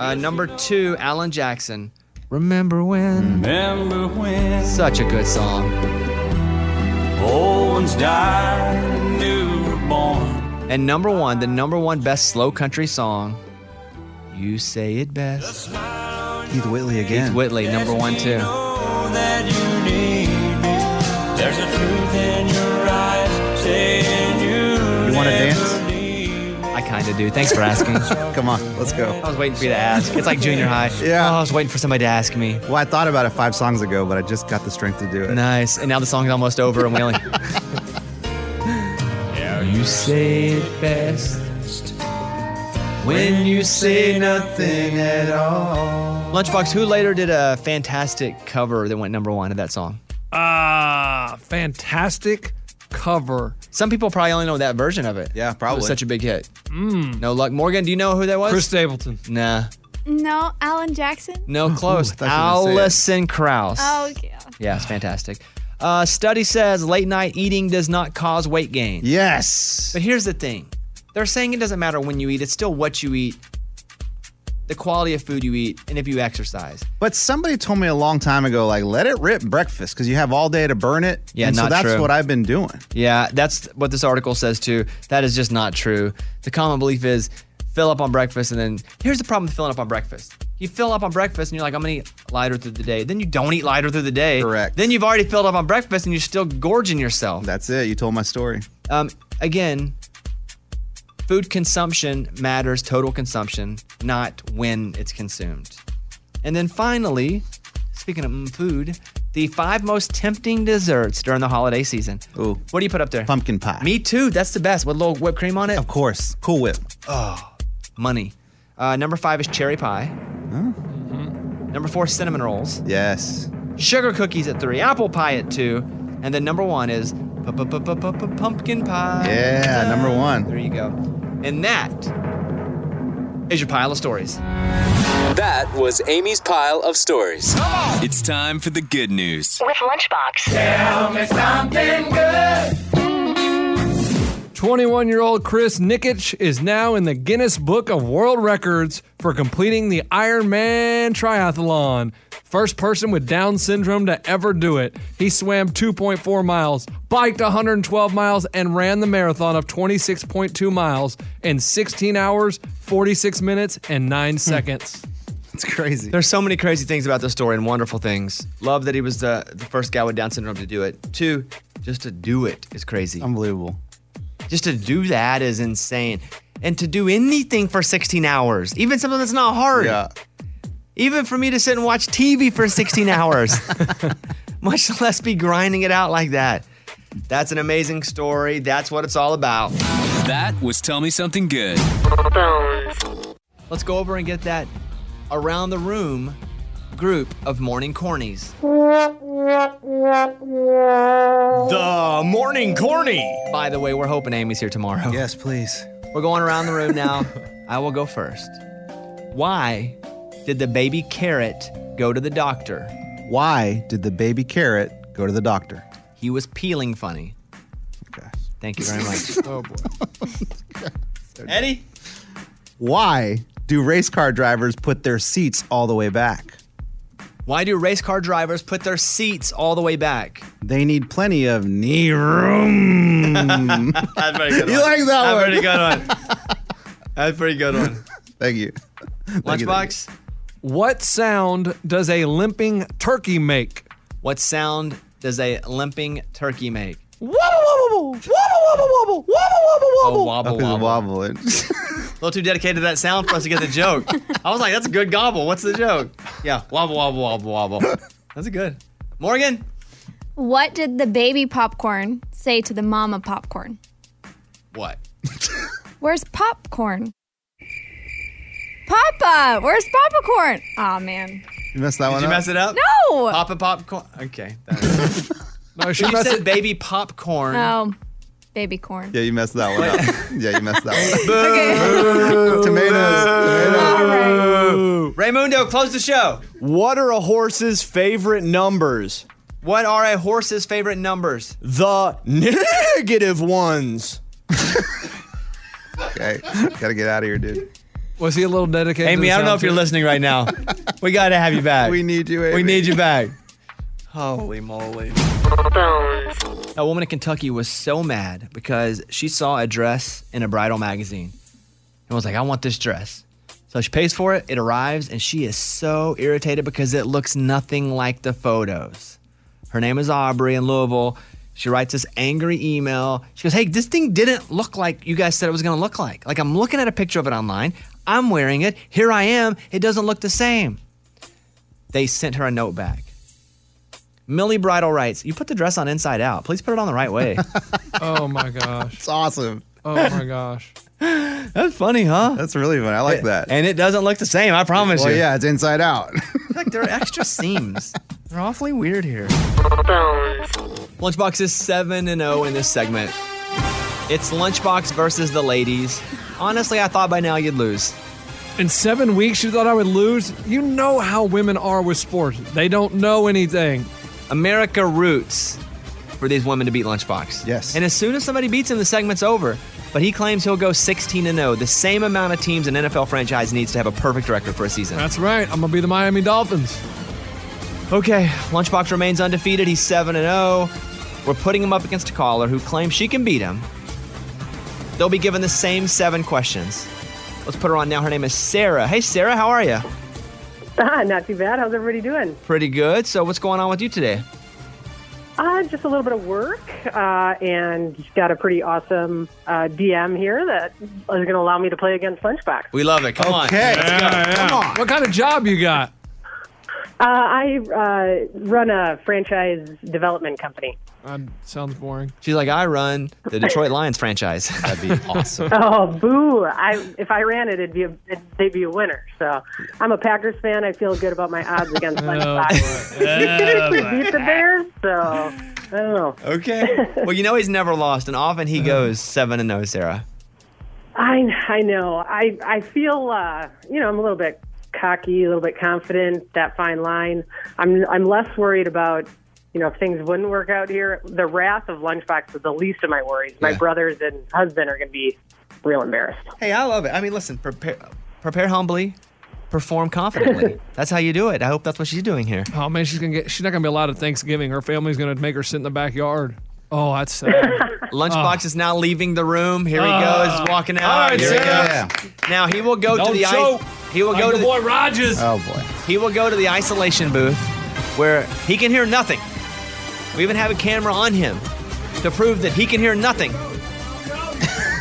S2: uh, number two, Alan Jackson. Remember when? Remember when? Such a good song. Old ones died, newborn. And number one, the number one best slow country song. You say it best.
S4: Keith Whitley again.
S2: Keith Whitley, number one too.
S5: There's a truth in your eyes saying you.
S2: You want to dance? I kind of do. Thanks for asking.
S4: (laughs) Come on, let's go.
S2: I was waiting for you to ask. It's like junior high. Oh,
S4: Yeah.
S2: I was waiting for somebody to ask me.
S4: Well, I thought about it five songs ago, but I just got the strength to do it.
S2: Nice. And now the song's almost over, and we (laughs) only. you say it best when you say nothing at all. Lunchbox, who later did a fantastic cover that went number one of that song?
S3: Ah, fantastic cover.
S2: Some people probably only know that version of it. Yeah, It
S3: probably.
S2: was such a big hit.
S3: Mm.
S2: No luck. Morgan, do you know who that was?
S3: Chris Stapleton.
S2: Nah,
S16: No, Alan Jackson? (laughs)
S2: no close.
S16: thought you were gonna say it.
S2: Allison Krauss.
S16: Oh, yeah.
S2: Yeah, it's fantastic. Uh, study says late night eating does not cause weight gain.
S4: Yes.
S2: But here's the thing they're saying it doesn't matter when you eat, it's still what you eat, the quality of food you eat, and if you exercise.
S4: But somebody told me a long time ago, like, let it rip breakfast because you have all day to burn it.
S2: Yeah,
S4: and so
S2: not
S4: that's
S2: true.
S4: what I've been doing.
S2: Yeah, that's what this article says too. That is just not true. The common belief is fill up on breakfast, and then here's the problem with filling up on breakfast You fill up on breakfast and you're like, I'm gonna eat lighter through the day. Then you don't eat lighter through the day. Correct. Then you've already filled up on breakfast and you're still gorging yourself. That's it. You told my story. Um, again, food consumption matters, total consumption, not when it's consumed. And then finally, speaking of mm, food, the five most tempting desserts during the holiday season. Ooh. What do you put up there? Pumpkin pie. Me too. That's the best. With a little whipped cream on it? Of course. Cool whip. Oh, money. Uh, number five is cherry pie. Mm-hmm. Number four, cinnamon rolls. Yes. Sugar cookies at three, apple pie at two, and then number one is pu- pu- pu- pu- pu- pu- pumpkin pie.
S4: Yeah, number one.
S2: There you go. And that is your pile of stories.
S17: That was Amy's pile of stories.
S7: It's time for the good news.
S1: With Lunchbox.
S5: Tell me something good.
S3: 21 year old Chris Nikic is now in the Guinness Book of World Records for completing the Ironman triathlon. First person with Down syndrome to ever do it. He swam 2.4 miles, biked 112 miles, and ran the marathon of 26.2 miles in 16 hours, 46 minutes, and
S4: Hmm.
S3: 9 seconds.
S2: It's crazy. There's so many crazy things about this story and wonderful things. Love that he was the, the first guy with Down syndrome to do it. Two, just to do it is crazy. Unbelievable. Just to do that is insane. And to do anything for 16 hours, even something that's not hard. Yeah. Even for me to sit and watch TV for (laughs) 16 hours, much less be grinding it out like that. That's an amazing story. That's what it's all about.
S7: That was Tell Me Something Good.
S2: Let's go over and get that around the room group of morning cornies.
S5: The
S2: morning corny. By the way, we're hoping Amy's here tomorrow. Yes, please. We're going around the
S4: (laughs)
S2: room now. I will go first. Why did the baby carrot go to the doctor?
S4: Why did the baby carrot go to the doctor?
S2: He was peeling funny. Okay. Thank you
S4: (laughs)
S2: very much. oh boy. Eddie?
S4: Why do race car drivers put their seats all the way back?
S2: Why do race car drivers put their seats all the way back?
S4: They need plenty of knee room.
S2: (laughs) That's very
S4: (laughs)
S2: good.
S4: You like that
S2: That's
S4: one?
S2: Pretty good one. That's pretty good one.
S4: Thank you.
S2: Lunchbox.
S3: What sound does a limping turkey make?
S2: What sound does a limping turkey make?
S5: Wobble, wobble, wobble, wobble, wobble, wobble, wobble,
S2: Oh, wobble, wobble.
S4: wobble (laughs) it.
S2: A little too dedicated to that sound for us to get the joke. I was like, that's a good gobble. What's the joke? Yeah, wobble, wobble,
S4: (laughs)
S2: wobble, wobble. That's good. Morgan,
S16: What did the baby popcorn say to the mama popcorn?
S2: what?
S16: Where's popcorn? Papa, where's popcorn? Aw, man.
S4: (laughs) You messed that
S2: Did
S4: one
S2: you
S4: up.
S2: mess it up?
S16: No.
S2: Pop a popcorn. Okay. no,
S16: she
S2: she you
S16: messed
S2: said
S16: it-
S2: baby popcorn.
S16: Oh, baby corn.
S4: Yeah, you messed that one up. (laughs) Yeah, you
S16: (laughs)
S4: messed that one
S2: up.
S4: Tomatoes.
S2: Raymundo, close the show.
S14: What are a horse's favorite numbers?
S2: What are a horse's favorite numbers?
S14: The negative ones.
S4: okay, gotta get out of here, dude.
S3: Was he a little dedicated?
S2: Amy, I don't know if you're listening
S4: (laughs)
S2: right now. we got to have you back. We
S4: need you,
S2: We need you back. Holy moly. A woman in Kentucky was so mad because she saw a dress in a bridal magazine and was like, I want this dress. So she pays for it, it arrives, and she is so irritated because it looks nothing like the photos. Her name is Aubrey in Louisville. She writes this angry email. She goes, Hey, this thing didn't look like you guys said it was gonna look like. Like, I'm looking at a picture of it online. I'm wearing it. Here I am. It doesn't look the same. They sent her a note back. Millie Bridal writes, You put the dress on inside out. Please put it on the right (laughs) way.
S3: oh my gosh. It's
S4: awesome.
S3: Oh my gosh.
S2: That's funny, huh?
S4: That's really funny. I like that.
S2: And it doesn't look the same, I promise
S4: Well,
S2: you.
S4: yeah, it's inside out.
S2: like there are extra seams. They're awfully weird here. Lunchbox is 7 and 0 in this segment. It's Lunchbox versus the ladies. Honestly, I thought by now you'd lose.
S3: In seven weeks, you thought I would lose? You know how women are with sports. They don't know anything.
S2: America roots for these women to beat Lunchbox. Yes. And as soon as somebody beats him, the segment's over. But he claims he'll go 16 and 0, the same amount of teams an NFL franchise needs to have a perfect record for a season.
S3: That's right. I'm going to be the Miami Dolphins.
S2: Okay, Lunchbox remains undefeated. He's 7 and 0. We're putting him up against a caller who claims she can beat him. They'll be given the same seven questions. Let's put her on now. Her name is Sarah. Hey, Sarah, how are you?
S18: Ah, not too bad. How's everybody doing?
S2: Pretty good. So, what's going on with you today?
S18: Uh, just a little bit of work, uh, and got a pretty awesome uh, DM here that is going to allow me to play against Lunchbox.
S2: We love it. Come on.
S3: Okay.
S2: Let's go.
S3: Yeah, yeah.
S2: Come on.
S3: What kind of job you got?
S18: Uh, I uh, run a franchise development company.
S2: Um,
S3: sounds boring.
S2: She's like, I run the Detroit Lions franchise. (laughs) That'd be awesome.
S18: (laughs) Oh, boo! I if I ran it, it'd be a, it'd, they'd be a winner. So I'm a Packers fan. I feel good about my odds against Lunchbox. we beat the Bears, so I don't know.
S2: Okay. well, you know he's never lost, and often he goes seven and zero, Sarah.
S18: I I know. I I feel uh, you know I'm a little bit cocky, a little bit confident. That fine line. I'm I'm less worried about you know if things wouldn't work out here. The wrath of lunchbox is the least of my worries. My
S2: Yeah.
S18: brothers and husband are going to be real embarrassed.
S2: Hey, I love it. I mean, listen, prepare, prepare humbly, perform (laughs) confidently. that's how you do it. I hope that's what she's doing here.
S3: Oh man, she's gonna get. She's not gonna be allowed at Thanksgiving. Her family's gonna make her sit in the backyard. Oh, that's sad.
S2: (laughs) Lunchbox is now leaving the room. Here he
S3: Ah.
S2: goes, walking out.
S3: All right,
S2: Here he
S3: Sarah.
S2: goes. Now he will go to
S3: Don't
S2: the
S3: choke.
S2: ice. He will
S3: Like
S2: go to
S3: your boy Rogers.
S2: Oh
S4: boy.
S2: He will go to the isolation booth where he can hear nothing. We even have a camera on him to prove that he can hear nothing.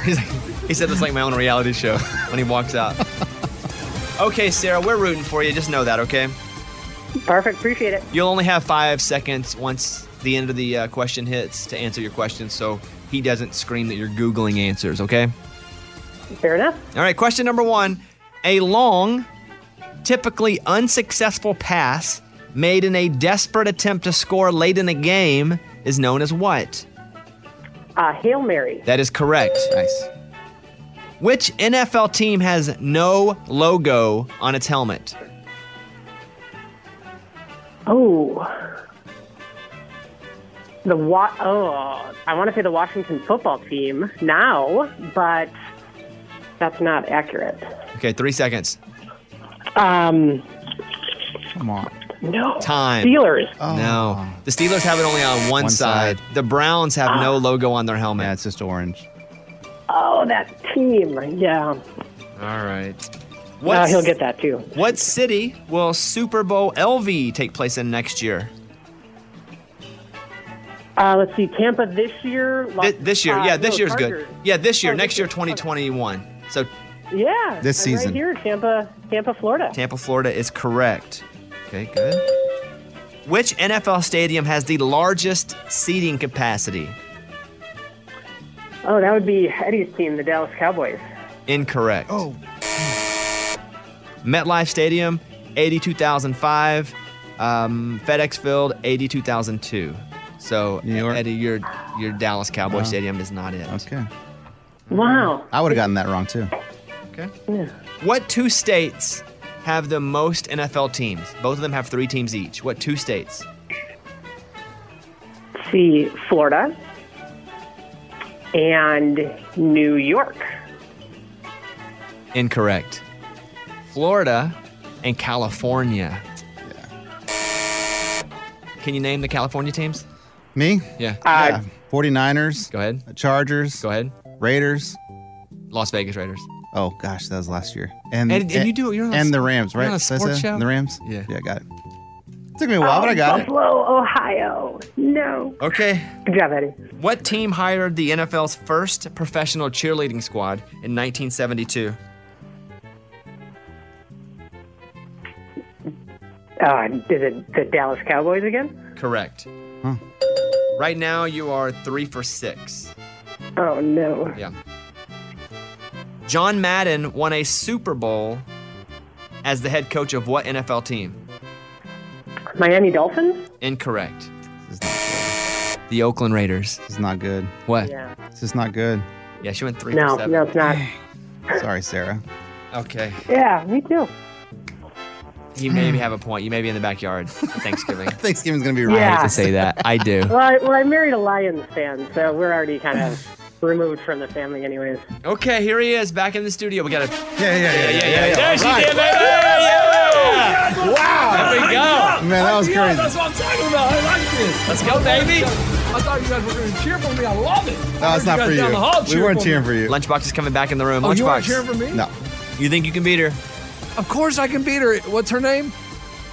S2: He's like- he said it's like my own reality show (laughs) when he walks out. Okay, Sarah, we're rooting for you. Just know that, okay?
S18: Perfect. Appreciate it.
S2: You'll only have five seconds once the end of the uh, question hits to answer your question, so he doesn't scream that you're Googling answers, okay?
S18: Fair enough.
S2: All right, question number one. A long, typically unsuccessful pass made in a desperate attempt to score late in a game is known as what?
S18: Uh, Hail Mary.
S2: That is correct. Nice. Which NFL team has no logo on its helmet?
S18: Oh. The wa- oh, I want to say the Washington football team now, but that's not accurate.
S2: Okay, three seconds.
S18: Um,
S2: Come on.
S18: no.
S2: Time.
S18: Steelers.
S2: Oh. No. The Steelers have it only on one,
S4: One
S2: side.
S4: side.
S2: The Browns have no logo on their helmet. Yeah,
S4: it's just orange.
S18: Oh, that team. Yeah.
S2: All right.
S18: Well, he'll get that too.
S2: What city will Super Bowl LV take place in next year?
S18: Uh, let's see, Tampa this year. Los-
S2: Thi- this year,
S18: uh,
S2: yeah, this
S18: no,
S2: year's
S18: Chargers.
S2: good. Yeah, this year, next year, 2021. So
S18: Yeah.
S2: This
S18: I'm
S2: season.
S18: Right here, Tampa, Tampa, Florida.
S2: Tampa, Florida is correct. Okay, good. Which NFL stadium has the largest seating capacity?
S18: Oh, that would be Eddie's team, the Dallas Cowboys.
S2: Incorrect. Oh. MetLife Stadium, 82,005. Um, FedEx Field, 82,002. So, Eddie, your, your Dallas Cowboy
S4: Wow.
S2: Stadium is not it. Okay.
S18: Wow.
S4: I would have gotten that wrong too.
S2: What two states have the most NFL teams? Both of them have three teams each. What two states?
S18: Let's see, Florida and New York.
S2: Incorrect. Florida and California. Can you name the California teams?
S4: Me?
S2: Yeah.
S4: Uh, 49ers.
S2: Go ahead.
S4: Chargers. Go
S2: ahead.
S4: Raiders.
S2: Las Vegas Raiders.
S4: Oh gosh, that was last year.
S2: And- and you do- you're on a
S4: and the
S2: s-
S4: Rams,
S2: you're
S4: right?
S2: on a
S4: Did I say that?
S2: sports show?
S4: The Rams.
S2: Yeah.
S4: Yeah, I got it. Took me a
S15: Um,
S4: while, but I got it.
S18: Buffalo, Ohio. No.
S2: Okay.
S18: Good job, Eddie.
S2: What team hired the NFL's first professional cheerleading squad in 1972?
S18: Uh, is it the Dallas Cowboys again?
S2: Correct.
S4: Huh.
S2: Right now, you are three for six.
S18: Oh, no.
S2: Yeah. John Madden won a Super Bowl as the head coach of what NFL team?
S18: Miami Dolphins?
S2: Incorrect. The Oakland Raiders.
S4: This is not good.
S2: What?
S18: Yeah.
S4: This is not good.
S2: Yeah, she went three
S18: No,
S2: for seven.
S18: no, it's not.
S4: Sorry, Sarah.
S2: Okay.
S18: Yeah, me too.
S2: You maybe have a point. You may be in the backyard
S18: (laughs)
S2: at Thanksgiving.
S4: Thanksgiving's going to be
S2: (laughs)
S18: rough.
S2: I hate to say that. I do.
S18: Well, I, well, I married a Lions fan, so we're already kind of removed from the family, anyways.
S2: Okay, here he is back in the studio. We got to.
S4: Yeah, yeah,
S2: yeah, yeah, yeah.
S5: There she
S2: All right.
S5: did, baby! Yeah!
S2: Wow. There we go.
S5: Man, that was
S3: Yeah,
S5: crazy.
S3: that's what I'm talking about. I like this.
S2: Let's go, baby.
S3: I thought you guys were going to cheer for me. I love it.
S4: No, it's not for you. We weren't cheering for you.
S2: Lunchbox is coming back in the room.
S3: Oh,
S2: Lunchbox.
S3: you weren't cheering for me?
S4: No.
S2: You think you can beat her?
S3: Of course I can beat her. What's her name?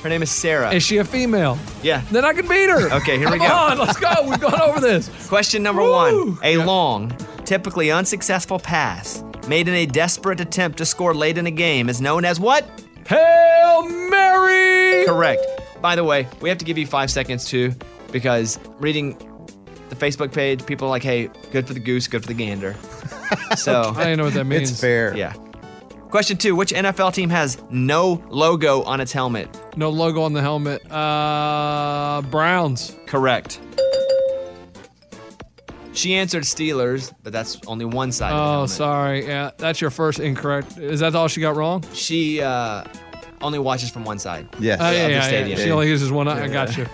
S2: Her name is Sarah.
S3: Is she a female?
S2: Yeah.
S3: Then I can beat her.
S2: Okay, here we
S3: Come
S2: go.
S3: on, let's go. We've gone over this.
S2: (laughs) Question number one A long, typically unsuccessful pass made in a desperate attempt to score late in a game is known as what?
S3: Hail Mary!
S2: Correct. By the way, we have to give you five seconds too, because reading the Facebook page, people are like, hey, good for the goose, good for the
S3: (laughs)
S2: gander. So
S3: I know what that means. It's
S2: fair. Yeah. Question two Which NFL team has no logo on its helmet?
S3: No logo on the helmet. Uh, Browns.
S2: Correct. She answered Steelers, but that's only one side. of the
S3: Oh, sorry. Yeah, that's your first incorrect. Is that all she got wrong?
S2: She uh, only watches from one side.
S3: Yes. Oh, yeah,
S2: Of the
S3: yeah, yeah.
S2: stadium.
S3: She only uses one eye. I got you.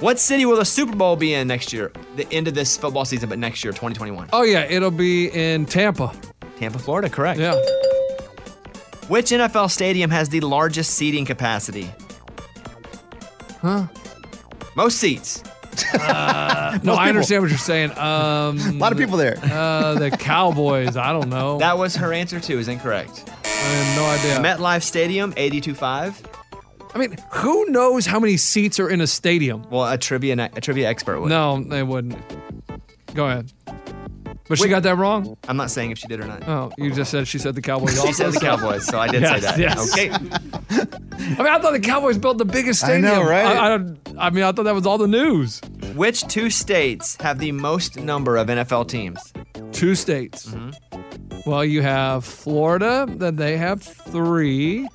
S2: What city will the Super Bowl be in next year? The end of this football season, but next year, 2021.
S3: Oh yeah, it'll be in Tampa.
S2: Tampa, Florida. Correct.
S3: Yeah.
S2: Which NFL stadium has the largest seating capacity?
S3: Huh?
S2: Most seats.
S3: (laughs) No,
S2: Uh, Most
S3: I
S2: people.
S3: understand what you're saying. Um, (laughs) a lot of people there. Uh, the Cowboys. I don't know.
S2: That was her answer too. Is incorrect.
S3: I have no idea.
S2: MetLife Stadium, 82.5.
S3: I mean, who knows how many seats are in a stadium?
S2: Well, a trivia a trivia expert would.
S3: No, they wouldn't. Go ahead. But she got that wrong.
S2: I'm not saying if she did or not.
S3: Oh, you just said she said the Cowboys.
S2: She
S3: also,
S2: said the
S3: so-
S2: Cowboys, so I did say
S3: Yes,
S2: that.
S3: yes. (laughs)
S2: Okay.
S3: I mean, I thought the Cowboys built the biggest
S2: I
S3: stadium.
S2: know, right?
S3: I, I, I mean, I thought that was all the news.
S2: Which two states have the most number of NFL teams?
S3: Two states. Well, you have Florida, then they have three,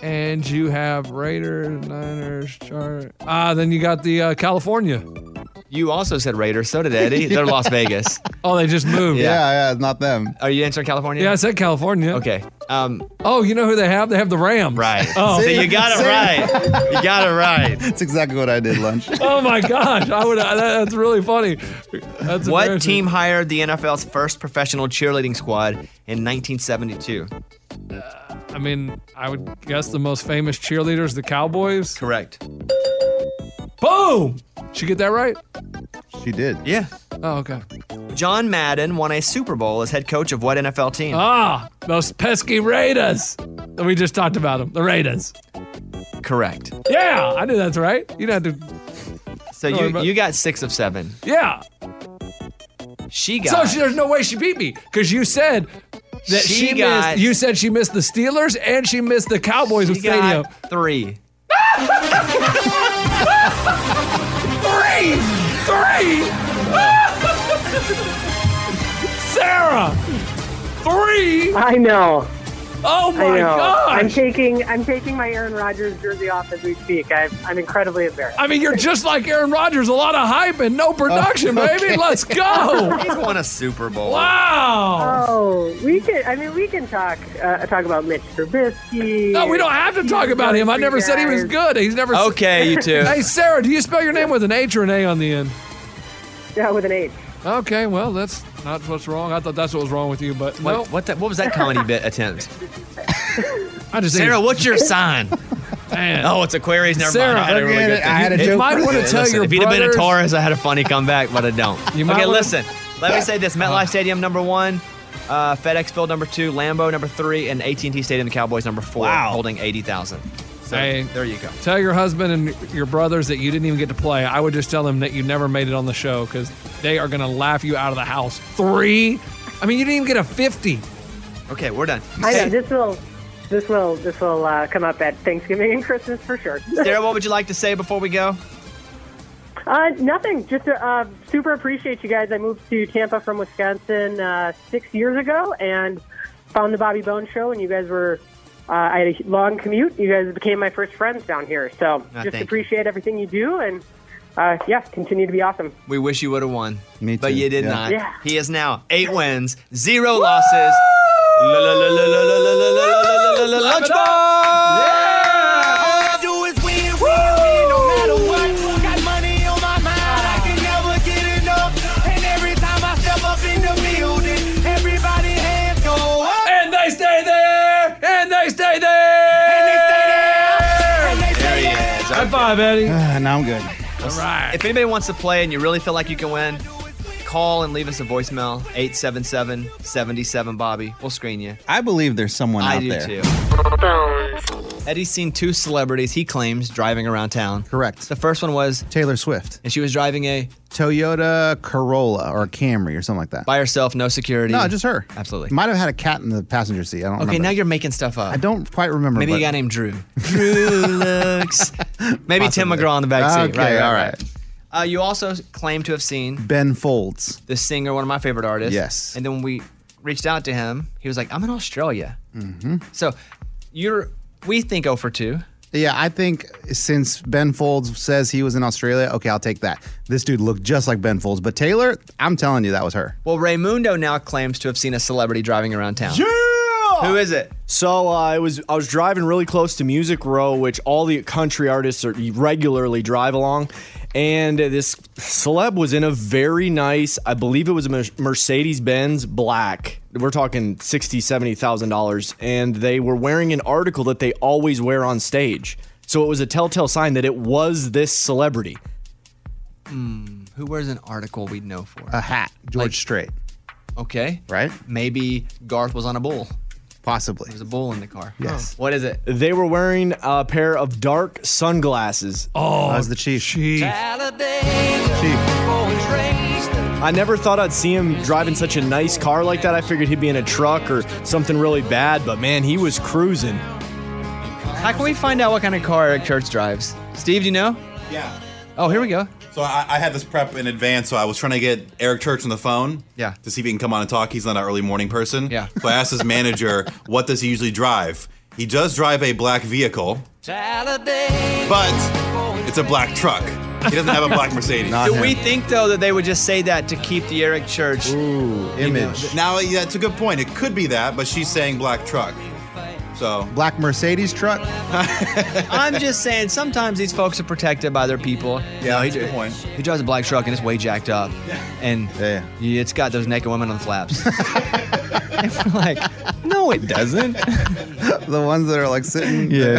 S3: and you have Raiders, Niners, Chargers. Ah, then you got the uh, California.
S2: You also said Raiders. So did Eddie. They're
S3: (laughs)
S2: Las Vegas.
S3: Oh, they just moved.
S2: yeah, it's not them. Are you answering California?
S3: Yeah, I said California.
S2: Okay. Um,
S3: Oh, you know who they have? They have the Rams. Right. Oh,
S2: So you got it right. You got it (laughs) right.
S4: That's (laughs) exactly what I did lunch.
S3: oh my gosh, I would. That, that's really funny. That's
S2: what
S3: embarrassing.
S2: team hired the NFL's first professional cheerleading squad in 1972?
S3: I mean, I would guess the most famous cheerleaders, the Cowboys.
S2: Correct.
S3: Boom! Did you get that right?
S2: She did. Yeah.
S3: Oh, okay.
S2: John Madden won a Super Bowl as head coach of what NFL team?
S3: Ah, those pesky Raiders. We just talked about them. The Raiders.
S2: Correct.
S3: Yeah, I knew that's right. You don't have to.
S2: So
S3: Don't
S2: you,
S3: worry about-
S2: you got six of seven.
S3: Yeah.
S2: She
S3: So
S2: got.
S3: she, there's no way she beat me because you said that
S2: She
S3: she,
S2: got-
S3: missed. You said she missed the Steelers and she missed the Cowboys
S2: she
S3: with stadium.
S2: got three.
S5: Three! Three!
S3: Sarah! Three!
S18: I know.
S3: Oh
S18: I
S3: my
S18: know.
S3: gosh.
S18: I'm taking I'm taking my Aaron Rodgers jersey off as we speak. i I'm incredibly embarrassed.
S3: I mean, you're just like Aaron Rodgers. A lot of hype and no production,
S18: Oh,
S3: baby.
S18: okay. (laughs)
S3: Let's go.
S2: He's won a Super Bowl.
S3: Wow.
S18: Oh, we can. I mean, we can talk uh, talk about Mitch Trubisky.
S3: (laughs) No, we don't have to talk about him. I never said he was good. He's never.
S2: Okay, you two.
S3: (laughs) Hey, Sarah, do you spell your name with an H or an A on the end?
S18: Yeah, with an H.
S3: Okay, well, that's not what's wrong. I thought that's what was wrong with you, but
S2: What,
S3: no.
S2: what, the, what was that comedy bit attempt?
S3: (laughs) I just
S2: Sarah, what's
S3: (laughs)
S2: your sign?
S3: Man.
S2: Oh, it's Aquarius. Never
S3: Sarah,
S2: mind. I had a really
S3: forget
S2: good
S3: it.
S2: thing.
S3: I had a
S2: If-
S3: joke might for wanna you. tell
S2: Listen,
S3: your
S2: If he'd have been a
S3: brothers-
S2: Taurus, I had a funny comeback, but I (laughs) don't.
S3: You might
S2: okay,
S3: wanna- Uh-huh.
S2: listen. Let me say this: MetLife Stadium number one, uh, FedEx Field number two, Lambeau number three, and AT&T Stadium the Cowboys number four, holding eighty thousand. So
S3: Hey.
S2: there you go.
S3: Tell your husband and your brothers that you didn't even get to play. I would just tell them that you never made it on the show because they are going to laugh you out of the house. Three? I mean, you didn't even get a 50.
S2: Okay, we're done.
S18: I know this will this will this will uh, come up at Thanksgiving and Christmas for sure.
S2: Sarah, what would you like to say before we go?
S18: (laughs) Uh, nothing. Just uh, super appreciate you guys. I moved to Tampa from Wisconsin uh, six years ago and found the Bobby Bone Show, and you guys were. Uh, I had a long commute. You guys became my first friends down here, so
S2: Ah, thank
S18: just
S2: you.
S18: appreciate everything you do, and uh, yeah, continue to be awesome.
S2: We wish you would have won. Me too. But you did
S18: Yeah.
S2: not.
S18: Yeah.
S2: He is now eight wins, zero losses. La, la, la, la, la, la, la, la, la, la, la, la, la,
S5: Slap it
S2: Lunchbox!
S5: All I do is win, win, win, no matter what. Got money on my mind, I can never get enough. And every time I step up in the building, everybody hands go up.
S3: And they stay there! And they stay there! And they stay there!
S5: And they
S2: There he is. High
S3: five, Eddie.
S4: (laughs) now I'm good.
S2: All right. If anybody wants to play and you really feel like you can win, call and leave us a voicemail 877 77 Bobby. We'll screen you.
S4: I believe there's someone
S2: I
S4: out
S2: do
S4: there.
S2: too. Eddie's seen two celebrities he claims driving around town. Correct. The first one was
S4: Taylor Swift,
S2: and she was driving a
S4: Toyota Corolla or Camry or something like that.
S2: by herself, no security.
S4: No, just her.
S2: Absolutely.
S4: Might have had a cat in the passenger seat. I don't.
S2: Okay,
S4: remember.
S2: now you're making stuff up.
S4: I don't quite remember.
S2: Maybe
S4: but
S2: a guy named Drew. Drew looks.
S4: (laughs)
S2: Maybe Tim McGraw in the back seat.
S4: Okay,
S2: right, right,
S4: all
S2: right. Uh, you also claim to have seen
S4: Ben Folds.
S2: the singer, one of my favorite artists.
S4: Yes.
S2: And then when we reached out to him, he was like, "I'm in Australia."
S4: Mm-hmm.
S2: So you're, we think 0 for 2.
S4: Yeah, I think since Ben Folds says he was in Australia, okay, I'll take that. This dude looked just like Ben Folds, but Taylor, I'm telling you, that was her.
S2: Well, Raymundo now claims to have seen a celebrity driving around town. Who is it?
S14: So uh, I was I was driving really close to Music Row, which all the country artists are, regularly drive along, and uh, this celeb was in a very nice, I believe it was a Mercedes Benz black. We're talking sixty, seventy thousand dollars, and they were wearing an article that they always wear on stage. So it was a telltale sign that it was this celebrity.
S2: Hmm, who wears an article we'd know for?
S4: A hat. George Strait.
S2: Okay.
S4: Right?
S2: Maybe Garth was on a bull.
S4: Possibly.
S2: There's a bull in the car.
S14: Yes.
S2: What is it?
S14: They were wearing a pair of dark sunglasses.
S4: Oh, that was the chief.
S14: I never thought I'd see him driving such a nice car like that. I figured he'd be in a truck or something really bad, but man, he was cruising.
S2: How can we find out what kind of car Eric Church drives? Steve, do you know?
S6: Yeah.
S2: Oh, here we go.
S6: So I, I had this prep in advance. So I was trying to get Eric Church on the phone.
S2: Yeah.
S6: To see if he can come on and talk. He's not an early morning person.
S2: Yeah.
S6: So I asked
S2: (laughs)
S6: his manager, what does he usually drive? He does drive a black vehicle, but it's a black truck. He doesn't have a black
S2: (laughs)
S6: Mercedes.
S2: Do we think though that they would just say
S4: (laughs)
S2: that to keep the Eric Church
S6: image? Now yeah, that's a good point. It could be that, but she's saying black truck. So
S4: Black Mercedes truck.
S2: (laughs) I'm just saying sometimes these folks are protected by their people. Yeah, he,
S6: good point.
S2: he drives a black truck and it's way jacked up, and y- it's got those naked women on the flaps. And we're like, no, it doesn't.
S4: (laughs) the ones that are like sitting.
S14: Yeah,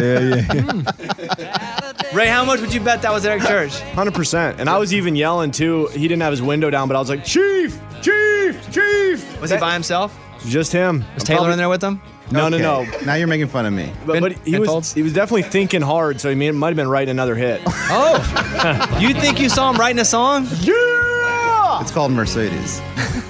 S4: (laughs)
S14: yeah, yeah.
S2: Ray, how much would you bet that was
S14: (laughs)
S2: Eric Church?
S14: 100%. And I was even yelling too. He didn't have his window down, but I was like, Chief, Chief, Chief.
S2: Was he by himself?
S14: Just him.
S2: Was Taylor in there with him?
S14: No, no,
S4: Okay,
S14: no.
S4: Now you're making fun of me.
S14: But, but he, was, he was definitely thinking hard, so he may- might have been writing another hit.
S2: (laughs) Oh, you think you saw him writing a song?
S14: Yeah.
S4: It's called Mercedes.
S2: (laughs)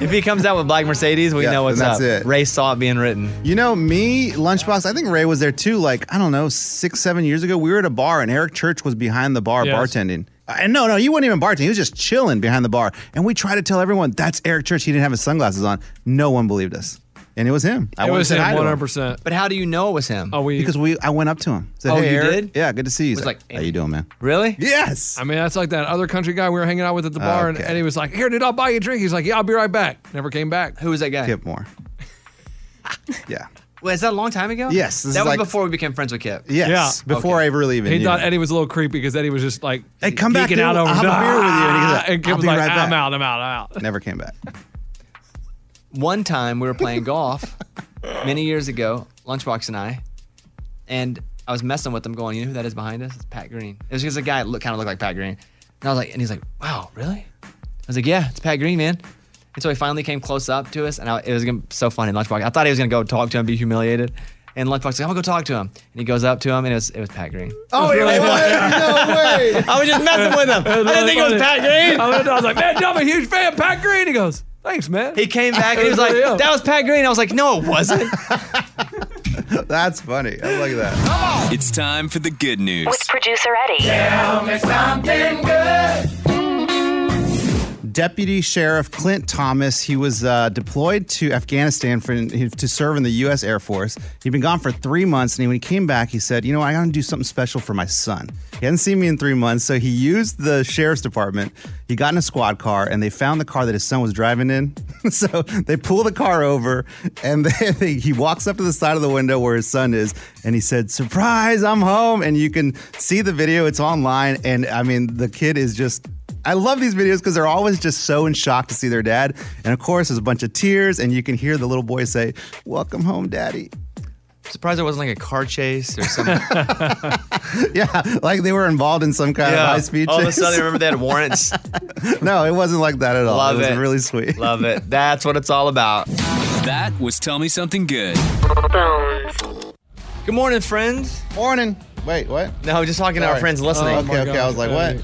S2: If he comes out with black Mercedes, we
S4: Yeah,
S2: know what's
S4: and that's
S2: up.
S4: it.
S2: Ray saw it being written.
S4: You know, me, Lunchbox, I think Ray was there too, like, I don't know, six, seven years ago. We were at a bar and Eric Church was behind the bar
S2: Yes.
S4: bartending. And no, no, he wasn't even bartending. He was just chilling behind the bar. And we tried to tell everyone that's Eric Church. He didn't have his sunglasses on. No one believed us. And it was him. I went and said hi to him.
S2: percent. But how do you know it was him? Oh, we
S4: Because we, I went up to him. Said,
S2: Oh,
S4: hey,
S2: you
S4: Eric.
S2: did?
S4: Yeah, good to see you. He's
S3: Was
S4: like,
S3: like-
S4: how you doing, man?
S2: Really?
S4: Yes.
S3: I mean, that's like that other country guy we were hanging out with at the bar, and
S4: Okay.
S3: Eddie was like, "Here, dude, I'll buy you a drink." He's like, "Yeah, I'll be right back." Never came back.
S2: Who was that guy?
S4: Kip Moore.
S2: Wait, is that a long time ago?
S4: Yes, this
S2: that
S4: is
S2: was
S4: like-
S2: before we became friends with Kip.
S4: Yes. Before I really even
S3: he
S4: knew.
S3: thought Eddie was a little creepy because Eddie was just like,
S4: Hey, come back,
S3: geeking
S4: dude.
S3: out over
S4: I'll have a beer with you. And he goes,
S3: (laughs) And Kip
S4: "I'll
S3: was
S4: be
S3: like,
S4: right back."
S3: "I'm out, I'm out, I'm
S4: (laughs)
S3: out."
S4: Never came back. (laughs)
S2: One time we were playing
S4: (laughs)
S2: golf many years ago, Lunchbox and I, and I was messing with him, going, "You know who that is behind us? It's Pat Green." It was because a guy look kind of looked like Pat Green, and I was like, and he's like, "Wow, really?" I was like, "Yeah, it's Pat Green, man." And so he finally came close up to us, and I, it was gonna, so funny. Lunchbox, I thought he was gonna go talk to him, be humiliated, and Lunchbox was like, "I'm gonna go talk to him," and he goes up to him, and it was it was Pat Green.
S5: Oh,
S2: yeah,
S5: no way.
S2: (laughs) I was just messing with
S3: (laughs)
S2: him. I didn't think it was Pat Green.
S3: I looked, I was like, "Man, I'm a huge fan, Pat Green." He goes, "Thanks, man."
S2: He came back and he was like, "That was Pat Green." I was like, "No, it wasn't." (laughs)
S4: That's funny. I like that.
S7: It's time for the good news.
S1: With producer Eddie.
S5: Tell me something good.
S4: Deputy Sheriff Clint Thomas. He was uh, deployed to Afghanistan for, to serve in the U.S. Air Force. He'd been gone for three months, and when he came back, he said, "You know, I got to do something special for my son. He hadn't seen me in three months, so he used the sheriff's department. He got in a squad car, and they found the car that his son was driving in. (laughs) so they pull the car over, and (laughs) then they, he walks up to the side of the window where his son is, and he said, "Surprise, I'm home!" And you can see the video. It's online, and I mean, the kid is just I love these videos because they're always just so in shock to see their dad. And of course, there's a bunch of tears, and you can hear the little boy say, Welcome home, daddy. (laughs)
S2: Surprised it wasn't like a car chase or something.
S4: yeah, like they were involved in some kind of high speed
S2: All of a sudden, I remember
S4: (laughs)
S2: they had warrants.
S4: no, it wasn't like that at all.
S2: Love
S4: it was
S2: it.
S4: really sweet.
S2: Love it. That's what it's all about.
S7: That was Tell Me Something Good.
S2: Good morning, friends.
S4: Morning. Wait, what?
S2: No, we're just talking to our
S4: Sorry.
S2: friends listening.
S4: Oh, okay, okay. I was like, what?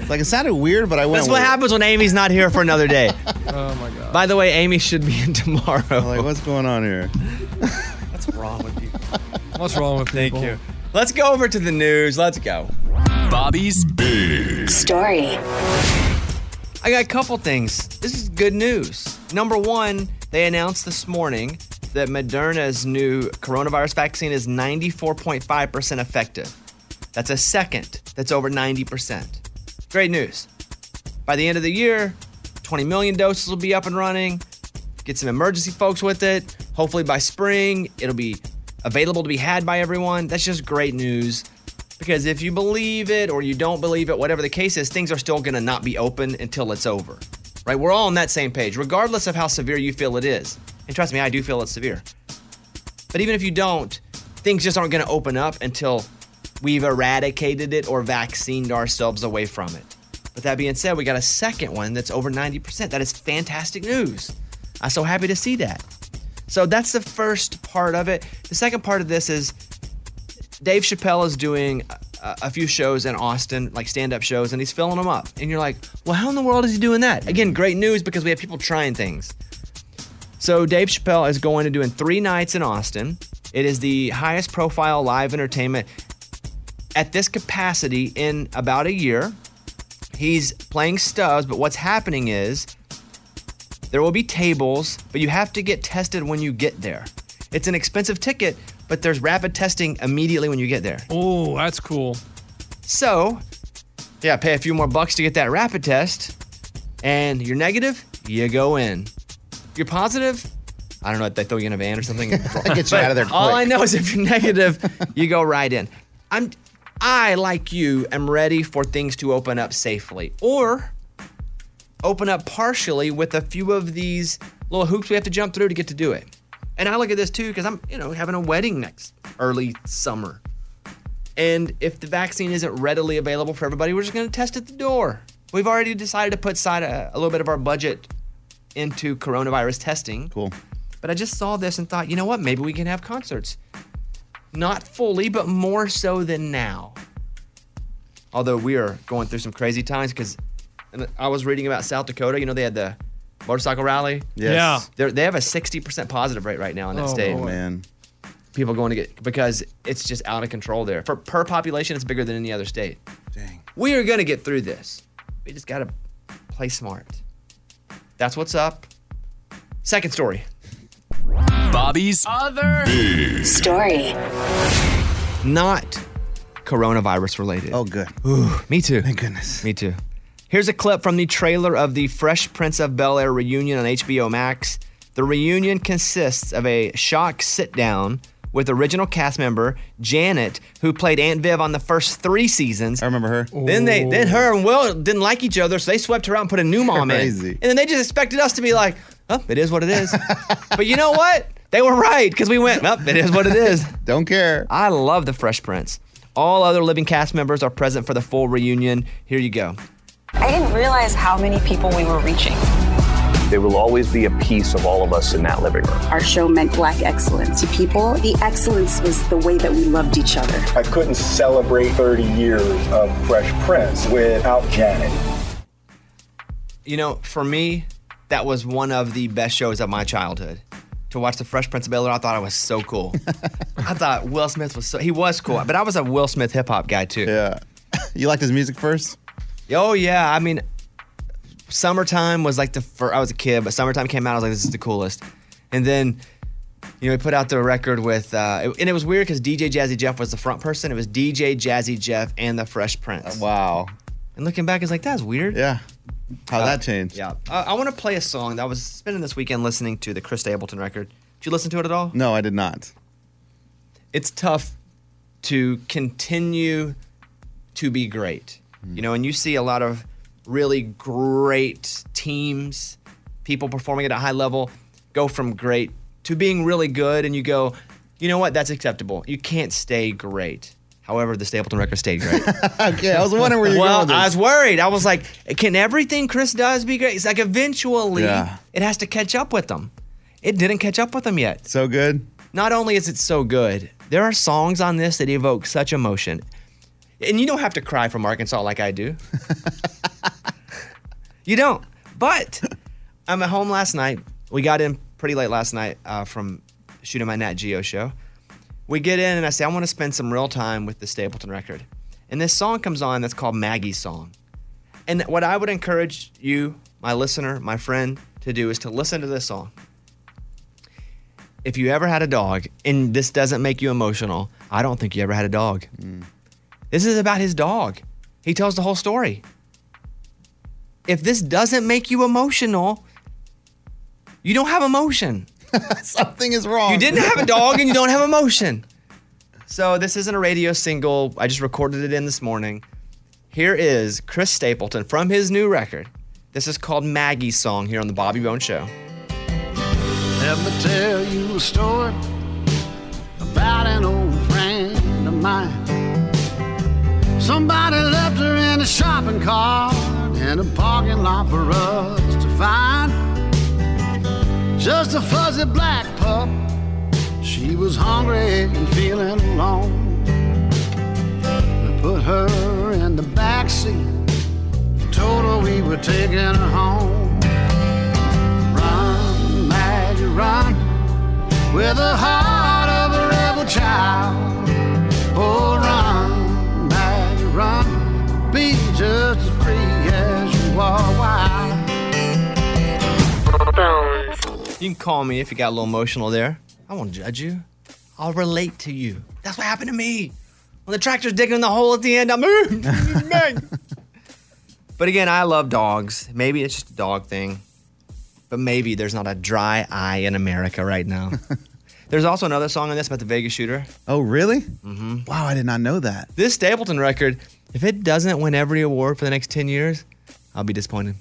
S4: It's like it sounded weird, but I went.
S2: That's what
S4: with it.
S2: happens when Amy's not here for another day.
S3: (laughs) Oh my god.
S2: By the way, Amy should be in tomorrow. Like,
S4: what's going on
S3: (laughs)
S4: here?
S2: What's wrong with people?
S3: What's wrong with
S2: people? Thank you. Let's go over to the news. Let's go.
S7: Bobby's big
S1: story.
S2: I got a couple things. This is good news. Number one, they announced this morning that Moderna's new coronavirus vaccine is 94.5% effective. That's a second that's over 90%. Great news. By the end of the year, 20 million doses will be up and running. Get some emergency folks with it. Hopefully by spring, it'll be available to be had by everyone. That's just great news because if you believe it or you don't believe it, whatever the case is, things are still going to not be open until it's over. Right? We're all on that same page, regardless of how severe you feel it is. And trust me, I do feel it's severe. But even if you don't, things just aren't going to open up until we've eradicated it or vaccinated ourselves away from it. But that being said, we got a second one that's over 90%. That is fantastic news. I'm so happy to see that. So that's the first part of it. The second part of this is Dave Chappelle is doing a, a few shows in Austin, like stand up shows, and he's filling them up. And you're like, well, how in the world is he doing that? Again, great news because we have people trying things. So Dave Chappelle is going to doing three nights in Austin. It is the highest profile live entertainment at this capacity in about a year. He's playing stubs, but what's happening is there will be tables, but you have to get tested when you get there. It's an expensive ticket, but there's rapid testing immediately when you get there.
S3: Oh, that's cool.
S2: So, yeah, pay a few more bucks to get that rapid test, and you're negative, you go in. You're positive, I don't know, they throw you in a van
S4: (laughs)
S2: or something.
S4: That gets you out of there
S2: But All I
S4: quick.
S2: know is if you're negative, you go right in. I'm, I like you, am ready for things to open up safely, or open up partially with a few of these little hoops we have to jump through to get to do it. And I look at this too because I'm, you know, having a wedding next early summer. And if the vaccine isn't readily available for everybody, we're just going to test at the door. We've already decided to put side uh, a, a little bit of our budget into coronavirus testing.
S4: Cool.
S2: But I just saw this and thought, you know what? Maybe we can have concerts. Not fully, but more so than now. Although we are going through some crazy times because I was reading about South Dakota. You know, they had the motorcycle rally.
S4: Yes. Yeah.
S2: They're, they have a 60% positive rate right now in that state.
S4: man.
S2: People going to get, because it's just out of control there. For Per population, it's bigger than any other state. Dang. We are going to get through this. We just got to play smart. That's what's up. Second story.
S7: Bobby's other big
S1: story.
S2: not coronavirus related. Oh,
S4: good.
S2: me too. Thank
S4: goodness.
S2: Me too. Here's a clip from the trailer of the Fresh Prince of Bel Air reunion on HBO Max. The reunion consists of a shock sit down with original cast member Janet, who played Aunt Viv on the first three seasons. I
S4: remember her.
S2: Then they,
S4: Ooh.
S2: then her and Will didn't like each other, so they swept her out and put a new mom
S4: Crazy.
S2: in. And then they just expected us to be like, "Oh, it is what
S4: (laughs)
S2: it is." but you know what? They were right because we went, "Well, it is what it is."
S4: (laughs) Don't care.
S2: I love the Fresh Prince. All other living cast members are present for the full reunion. Here you go.
S19: I didn't realize how many people we were reaching.
S12: There will always be a piece of all of us in that living room.
S11: Our show meant black excellence to people. The excellence was the way that we loved each other.
S20: I couldn't celebrate 30 years of Fresh Prince without Janet.
S2: You know, for me, that was one of the best shows of my childhood. To watch the Fresh Prince of Bel Air, I thought I was
S4: (laughs)
S2: so cool. I thought Will Smith was so, he was cool, but I was a Will Smith hip hop guy too.
S4: Yeah. (laughs) You liked his music first?
S2: Oh, yeah. I mean, Summertime was like the first, I was a kid, but Summertime came out, I was like, this is the coolest. And then, you know, he put out the record with, uh, it- and it was weird because DJ Jazzy Jeff was the front person. It was DJ Jazzy Jeff and the Fresh Prince.
S4: Wow.
S2: And looking back, it's like, that's weird.
S4: Yeah. How
S2: Uh,
S4: that changed?
S2: Yeah. Uh, I want to play a song that I was spending this weekend listening to the Chris Stapleton record. Did you listen to it at all?
S4: No, I did not.
S2: It's tough to continue to be great.
S4: Hmm.
S2: You know, and you see a lot of really great teams, people performing at a high level, go from great to being really good, and you go, you know what, that's acceptable. You can't stay great. However, the Stapleton record stayed great.
S4: (laughs) okay, I was wondering where you were
S2: well,
S4: going with this.
S2: I was worried. I was like, can everything Chris does be great? It's like eventually
S4: Yeah.
S2: it has to catch up with them. It didn't catch up with them yet.
S4: So good.
S2: Not only is it so good, there are songs on this that evoke such emotion. And you don't have to cry from Arkansas like
S4: (laughs)
S2: I do. you don't. But I'm at home last night. We got in pretty late last night uh, from shooting my Nat Geo show. We get in and I say, I want to spend some real time with the Stapleton record. And this song comes on that's called Maggie's Song. And what I would encourage you, my listener, my friend, to do is to listen to this song. If you ever had a dog, and this doesn't make you emotional, I don't think you ever had a dog. This is about his dog. He tells the whole story. If this doesn't make you emotional, you don't have emotion.
S4: Something is wrong.
S2: You didn't have a dog and you don't have emotion. So this isn't a radio single. I just recorded it in this morning. Here is Chris Stapleton from his new record. This is called Maggie's Song here on the Bobby Bone Show.
S21: Let me tell you a story about an old friend of mine. Somebody left her in a shopping cart in a parking lot for us to find. Just a fuzzy black pup. She was hungry and feeling alone. We put her in the back seat. Told her we were taking her home. Run, Maggie, run with the heart of a rebel child. Oh, run, Maggie, run. Be just as free as you are wild.
S2: You can call me if you got a little emotional there. I won't judge you. I'll relate to you. That's what happened to me. When the tractor's digging the hole at the end, I'm. (laughs) but again, I love dogs. Maybe it's just a dog thing. But maybe there's not a dry eye in America
S4: (laughs)
S2: right now. there's also another song on this about the Vegas shooter.
S4: Oh, really?
S2: Mm-hmm.
S4: Wow, I did not know that.
S2: This Stapleton record, if it doesn't win every award for the next 10 years, I'll be disappointed.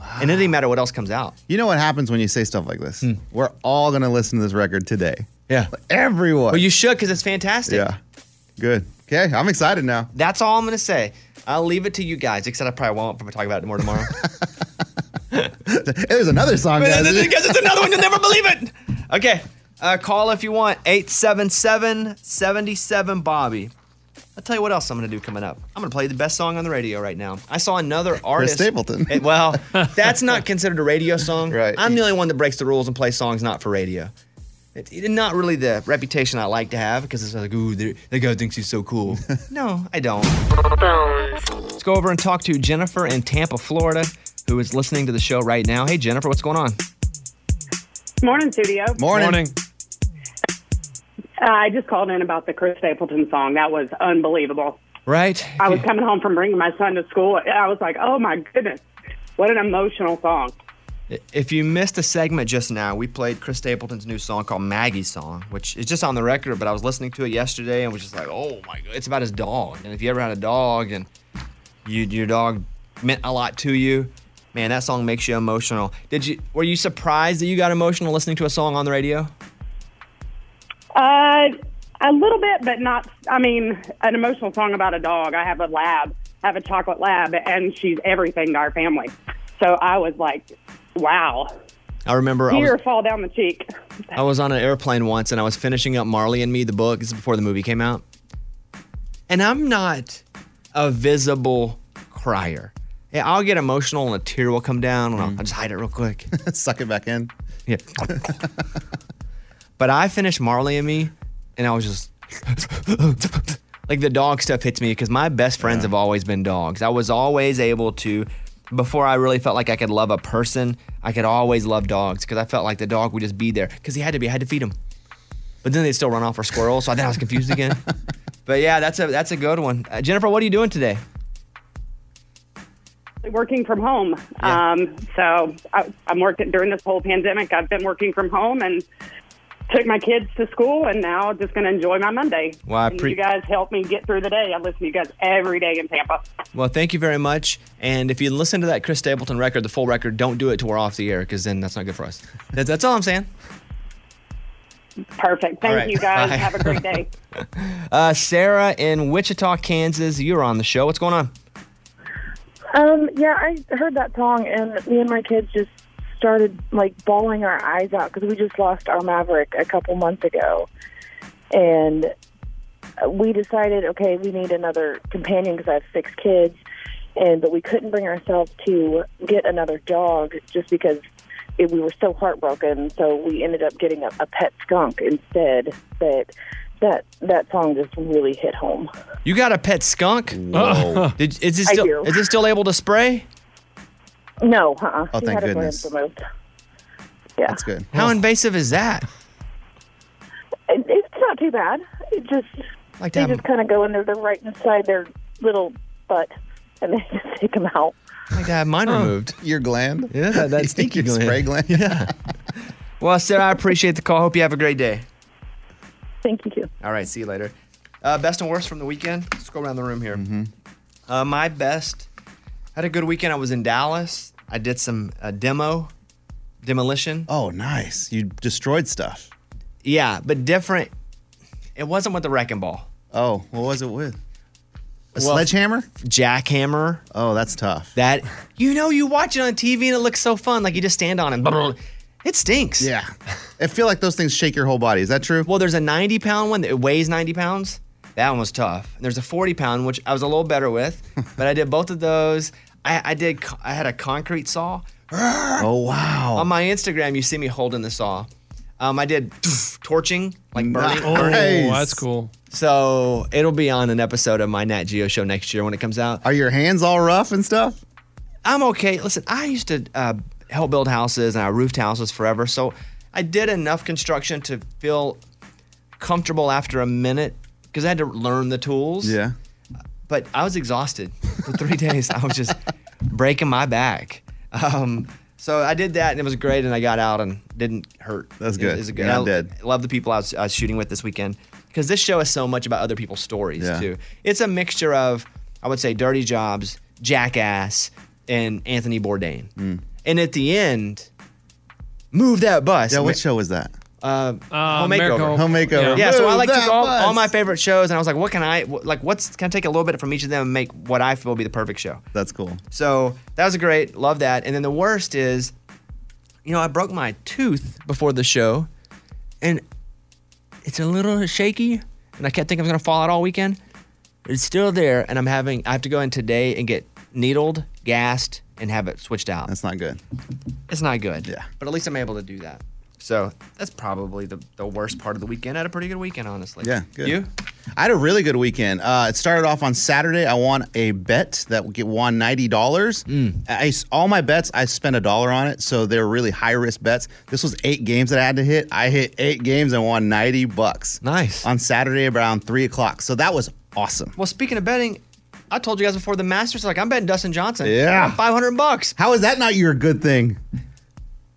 S2: And it doesn't matter what else comes out.
S4: You know what happens (laughs) when you say stuff like
S2: Hmm.
S4: this? We're all gonna listen to this record today.
S2: Yeah.
S4: Everyone.
S2: Well, you should because it's fantastic.
S4: yeah. Good. Okay, I'm excited now.
S2: That's all I'm going to say. I'll leave it to you guys, except I probably won't probably talk about it
S4: (laughs)
S2: more tomorrow.
S4: There's another song.
S2: But
S4: guys.
S2: then because it's another one, you'll never believe it. Okay. Uh, call if you want 877 77 Bobby. I'll tell you what else I'm going to do coming up. I'm going to play the best song on the radio right now. I saw another artist.
S4: Stapleton.
S2: Eh, well, that's not considered a
S4: (laughs)
S2: radio song. Right. I'm the only one that breaks the rules and plays songs not for radio. It, it- not really the reputation I like to have because it's like, ooh, they're- that guy thinks he's so cool.
S4: (laughs)
S2: no, I don't. Let's go over and talk to Jennifer in Tampa, Florida, who is listening to the show right now. Hey, Jennifer, what's going on?
S22: Morning, studio.
S2: Morning.
S22: Uh, I just called in about the Chris Stapleton song. That was unbelievable.
S2: Right?
S22: I was coming home from bringing my son to school. And I was like, oh my goodness, what an emotional song.
S2: If you missed a segment just now, we played Chris Stapleton's new song called Maggie's Song, which is just on the record, but I was listening to it yesterday and was just like, oh my God, it's about his dog. And if you ever had a dog and you, your dog meant a lot to you, man, that song makes you emotional. Did you, were you surprised that you got emotional listening to a song on the radio?
S22: Uh, a little bit, but not. I mean, an emotional song about a dog. I have a lab, I have a chocolate lab, and she's everything to our family. So I was like, wow.
S2: I remember I was,
S22: Tear fall down the cheek.
S2: I was on an airplane once and I was finishing up Marley and Me, the book. This is before the movie came out. And I'm not a visible crier. Yeah, I'll get emotional and a tear will come down and I'll, I'll just hide it real quick.
S4: Mm. (laughs) Suck it back in.
S2: Yeah.
S4: (laughs)
S2: but I finished Marley and Me and I was just
S4: (laughs)
S2: like the dog stuff hits me because my best friends have always been dogs. I was always able to, before I really felt like I could love a person, I could always love dogs because I felt like the dog would just be there because he had to be, I had to feed him. But then they'd still run off for squirrels, so then I was confused again. but yeah, that's a that's a good one. Uh, Jennifer, what are you doing today?
S22: working from home. Um, so I, I'm working during this whole pandemic. I've been working from home and took my kids to school, and now just going to enjoy my Monday.
S2: Well, I
S22: And
S2: pre-
S22: you guys help me get through the day. I listen to you guys every day in Tampa.
S2: Well, thank you very much. And if you listen to that Chris Stapleton record, the full record, don't do it till we're off the air because then that's not good for us. That, that's all I'm saying.
S22: Perfect. Thank
S2: All right.
S22: you guys.
S2: Bye.
S22: Have a
S2: (laughs)
S22: great day.
S2: Uh, Sarah in Wichita, Kansas, you're on the show. What's going on?
S23: Um, yeah, I heard that song, and me and my kids just
S8: started like bawling our eyes out because we just lost our Maverick a couple months ago, and we decided, okay, we need another companion because I have six kids, and but we couldn't bring ourselves to get another dog just because it, we were so heartbroken. So we ended up getting a, a pet skunk instead. That that that song just really hit home.
S2: You got a pet skunk? Whoa. (laughs) Did, is it
S8: I
S2: still
S8: do.
S2: is it still able to spray?
S8: No, uh-uh.
S2: Oh,
S8: She
S2: thank
S8: had her
S2: goodness.
S8: glands removed. Yeah.
S4: That's good.
S2: How invasive is that?
S8: It, it's not too bad. It just
S2: Like to
S8: they
S2: have-
S8: just kind of go in there. They're right inside their little butt, and they (laughs) just take them out.
S2: (laughs) Like to have mine removed.
S4: Oh. Your gland?
S2: Yeah,
S4: (laughs)
S2: that, that stinky gland.
S4: spray gland?
S2: (laughs) Yeah. well, Sarah, I appreciate the call. Hope you have a great day.
S8: Thank you too.
S2: All right, see you later. Uh, best and worst from the weekend. Let's go around the room here. Uh, my best. Had a good weekend. I was in Dallas. I did some uh, demo, demolition.
S4: Oh, nice! You destroyed stuff.
S2: Yeah, but different. It wasn't with the wrecking ball.
S4: Oh, what was it with? A
S2: Well,
S4: sledgehammer?
S2: Jackhammer.
S4: Oh, that's tough.
S2: That you know you watch it on TV and it looks so fun. Like you just stand on it. brrr. It stinks.
S4: Yeah. I feel like those things shake your whole body. Is that true?
S2: Well, there's a 90 pound one that weighs 90 pounds. That one was tough. And there's a 40 pound, which I was a little better
S4: (laughs)
S2: with, but I did both of those. I, I did. co- I had a concrete saw.
S4: Oh wow!
S2: On my Instagram, you see me holding the saw. Um, I did (laughs) torching, like burning.
S3: Oh,
S2: burning.
S3: that's cool.
S2: So it'll be on an episode of my Nat Geo show next year when it comes out.
S4: Are your hands all rough and stuff?
S2: I'm okay. Listen, I used to uh, help build houses and I roofed houses forever. So I did enough construction to feel comfortable after a minute because I had to learn the tools.
S4: Yeah.
S2: But I was exhausted for three (laughs) days. I was just breaking my back. Um, so I did that and it was great. And I got out and didn't hurt.
S4: That's
S2: It-
S4: good.
S2: It was
S4: You're not
S2: I
S4: dead.
S2: love the people I was, I was shooting with this weekend because this show is so much about other people's stories
S4: Yeah.
S2: too. It's a mixture of, I would say, Dirty Jobs, Jackass, and Anthony Bourdain.
S4: Mm.
S2: And at the end, move that bus.
S4: Yeah,
S2: Ma-
S4: what show was that?
S2: Uh, Home
S4: America-
S2: Makeover.
S4: Home Makeover.
S2: Yeah, so I
S4: Move
S2: like
S4: that
S2: took all,
S4: bus.
S2: all my favorite shows, and I was like, what can I wh- like? What's can I take a little bit from each of them and make what I feel will be the perfect show?
S4: That's cool.
S2: So that was great. Love that. And then the worst is, you know, I broke my tooth before the show, and it's a little shaky, and I kept thinking I was gonna fall out all weekend. But it's still there, and I'm having I have to go in today and get needled, gassed, and have it switched out.
S4: That's not good.
S2: It's not good. Yeah. But at least I'm able to do that. So that's probably the, the worst part of the weekend. I had a pretty good weekend, honestly.
S4: Yeah, good.
S2: You?
S4: I had a really good weekend. Uh, it started off on Saturday. I won a bet that would get won ninety dollars.
S2: Mm.
S4: I all my bets I spent a dollar on it, so they were really high risk bets. This was eight games that I had to hit. I hit eight games and won ninety bucks.
S2: Nice
S4: on Saturday around three o'clock. So that was awesome.
S2: Well, speaking of betting, I told you guys before the Masters, like I'm betting Dustin Johnson.
S4: Yeah.
S2: I'm 500 bucks.
S4: How is that not your good thing?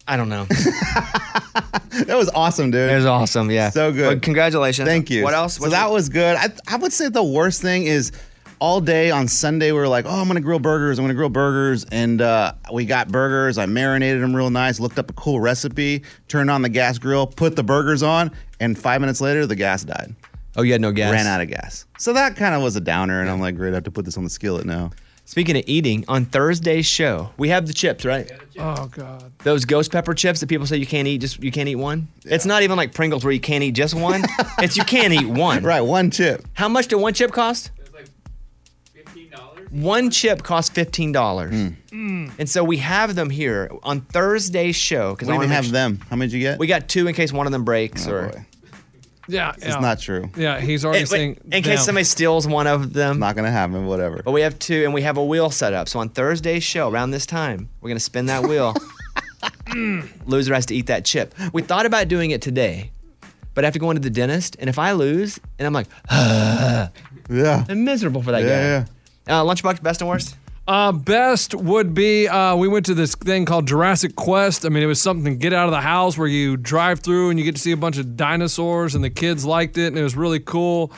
S2: I don't know.
S4: (laughs) that was awesome, dude. It
S2: was awesome. Yeah.
S4: So good.
S2: Well, congratulations.
S4: Thank you.
S2: What else?
S4: So
S2: What's-
S4: that was good. I, I would say the worst thing is all day on Sunday, we were like, oh, I'm going to grill burgers. I'm going to grill burgers. And uh, we got burgers. I marinated them real nice, looked up a cool recipe, turned on the gas grill, put the burgers on. And five minutes later, the gas died.
S2: Oh, you had no gas?
S4: Ran out of gas. So that kind of was a downer. And I'm like, great, I have to put this on the skillet now.
S2: Speaking of eating, on Thursday's show, we have the chips, right?
S3: Oh God.
S2: Those ghost pepper chips that people say you can't eat, just you can't eat one. It's not even like Pringles where you can't eat
S4: (laughs)
S2: just one. it's you can't eat one.
S4: Right, one chip.
S2: How much did one chip cost? One chip costs fifteen dollars,
S4: Hmm.
S2: Mm. and so we have them here on Thursday's show.
S4: We
S2: I
S4: didn't
S2: wanna make
S4: have
S2: su-
S4: them. How many did you get? Oh,
S2: We got two in case one of them breaks, or
S3: Yeah. yeah.
S4: It's not true.
S3: Yeah, he's already
S2: Wait, wait,
S3: saying.
S2: in case
S3: down.
S2: somebody steals one of them.
S4: Not gonna happen. Whatever.
S2: But we have two, and we have a wheel set up. So on Thursday's show, around this time, we're gonna spin that
S3: (laughs)
S2: wheel. Loser has to eat that chip. We thought about doing it today, but I have to go into the dentist, and if I lose, and I'm like, (sighs)
S4: yeah,
S2: I'm miserable for that
S3: Yeah,
S2: guy. Yeah. Uh, lunchbox, best and worst.
S3: Uh, best would be uh, we went to this thing called Jurassic Quest. I mean, it was something get out of the house where you drive through and you get to see a bunch of dinosaurs, and the kids liked it, and it was really cool.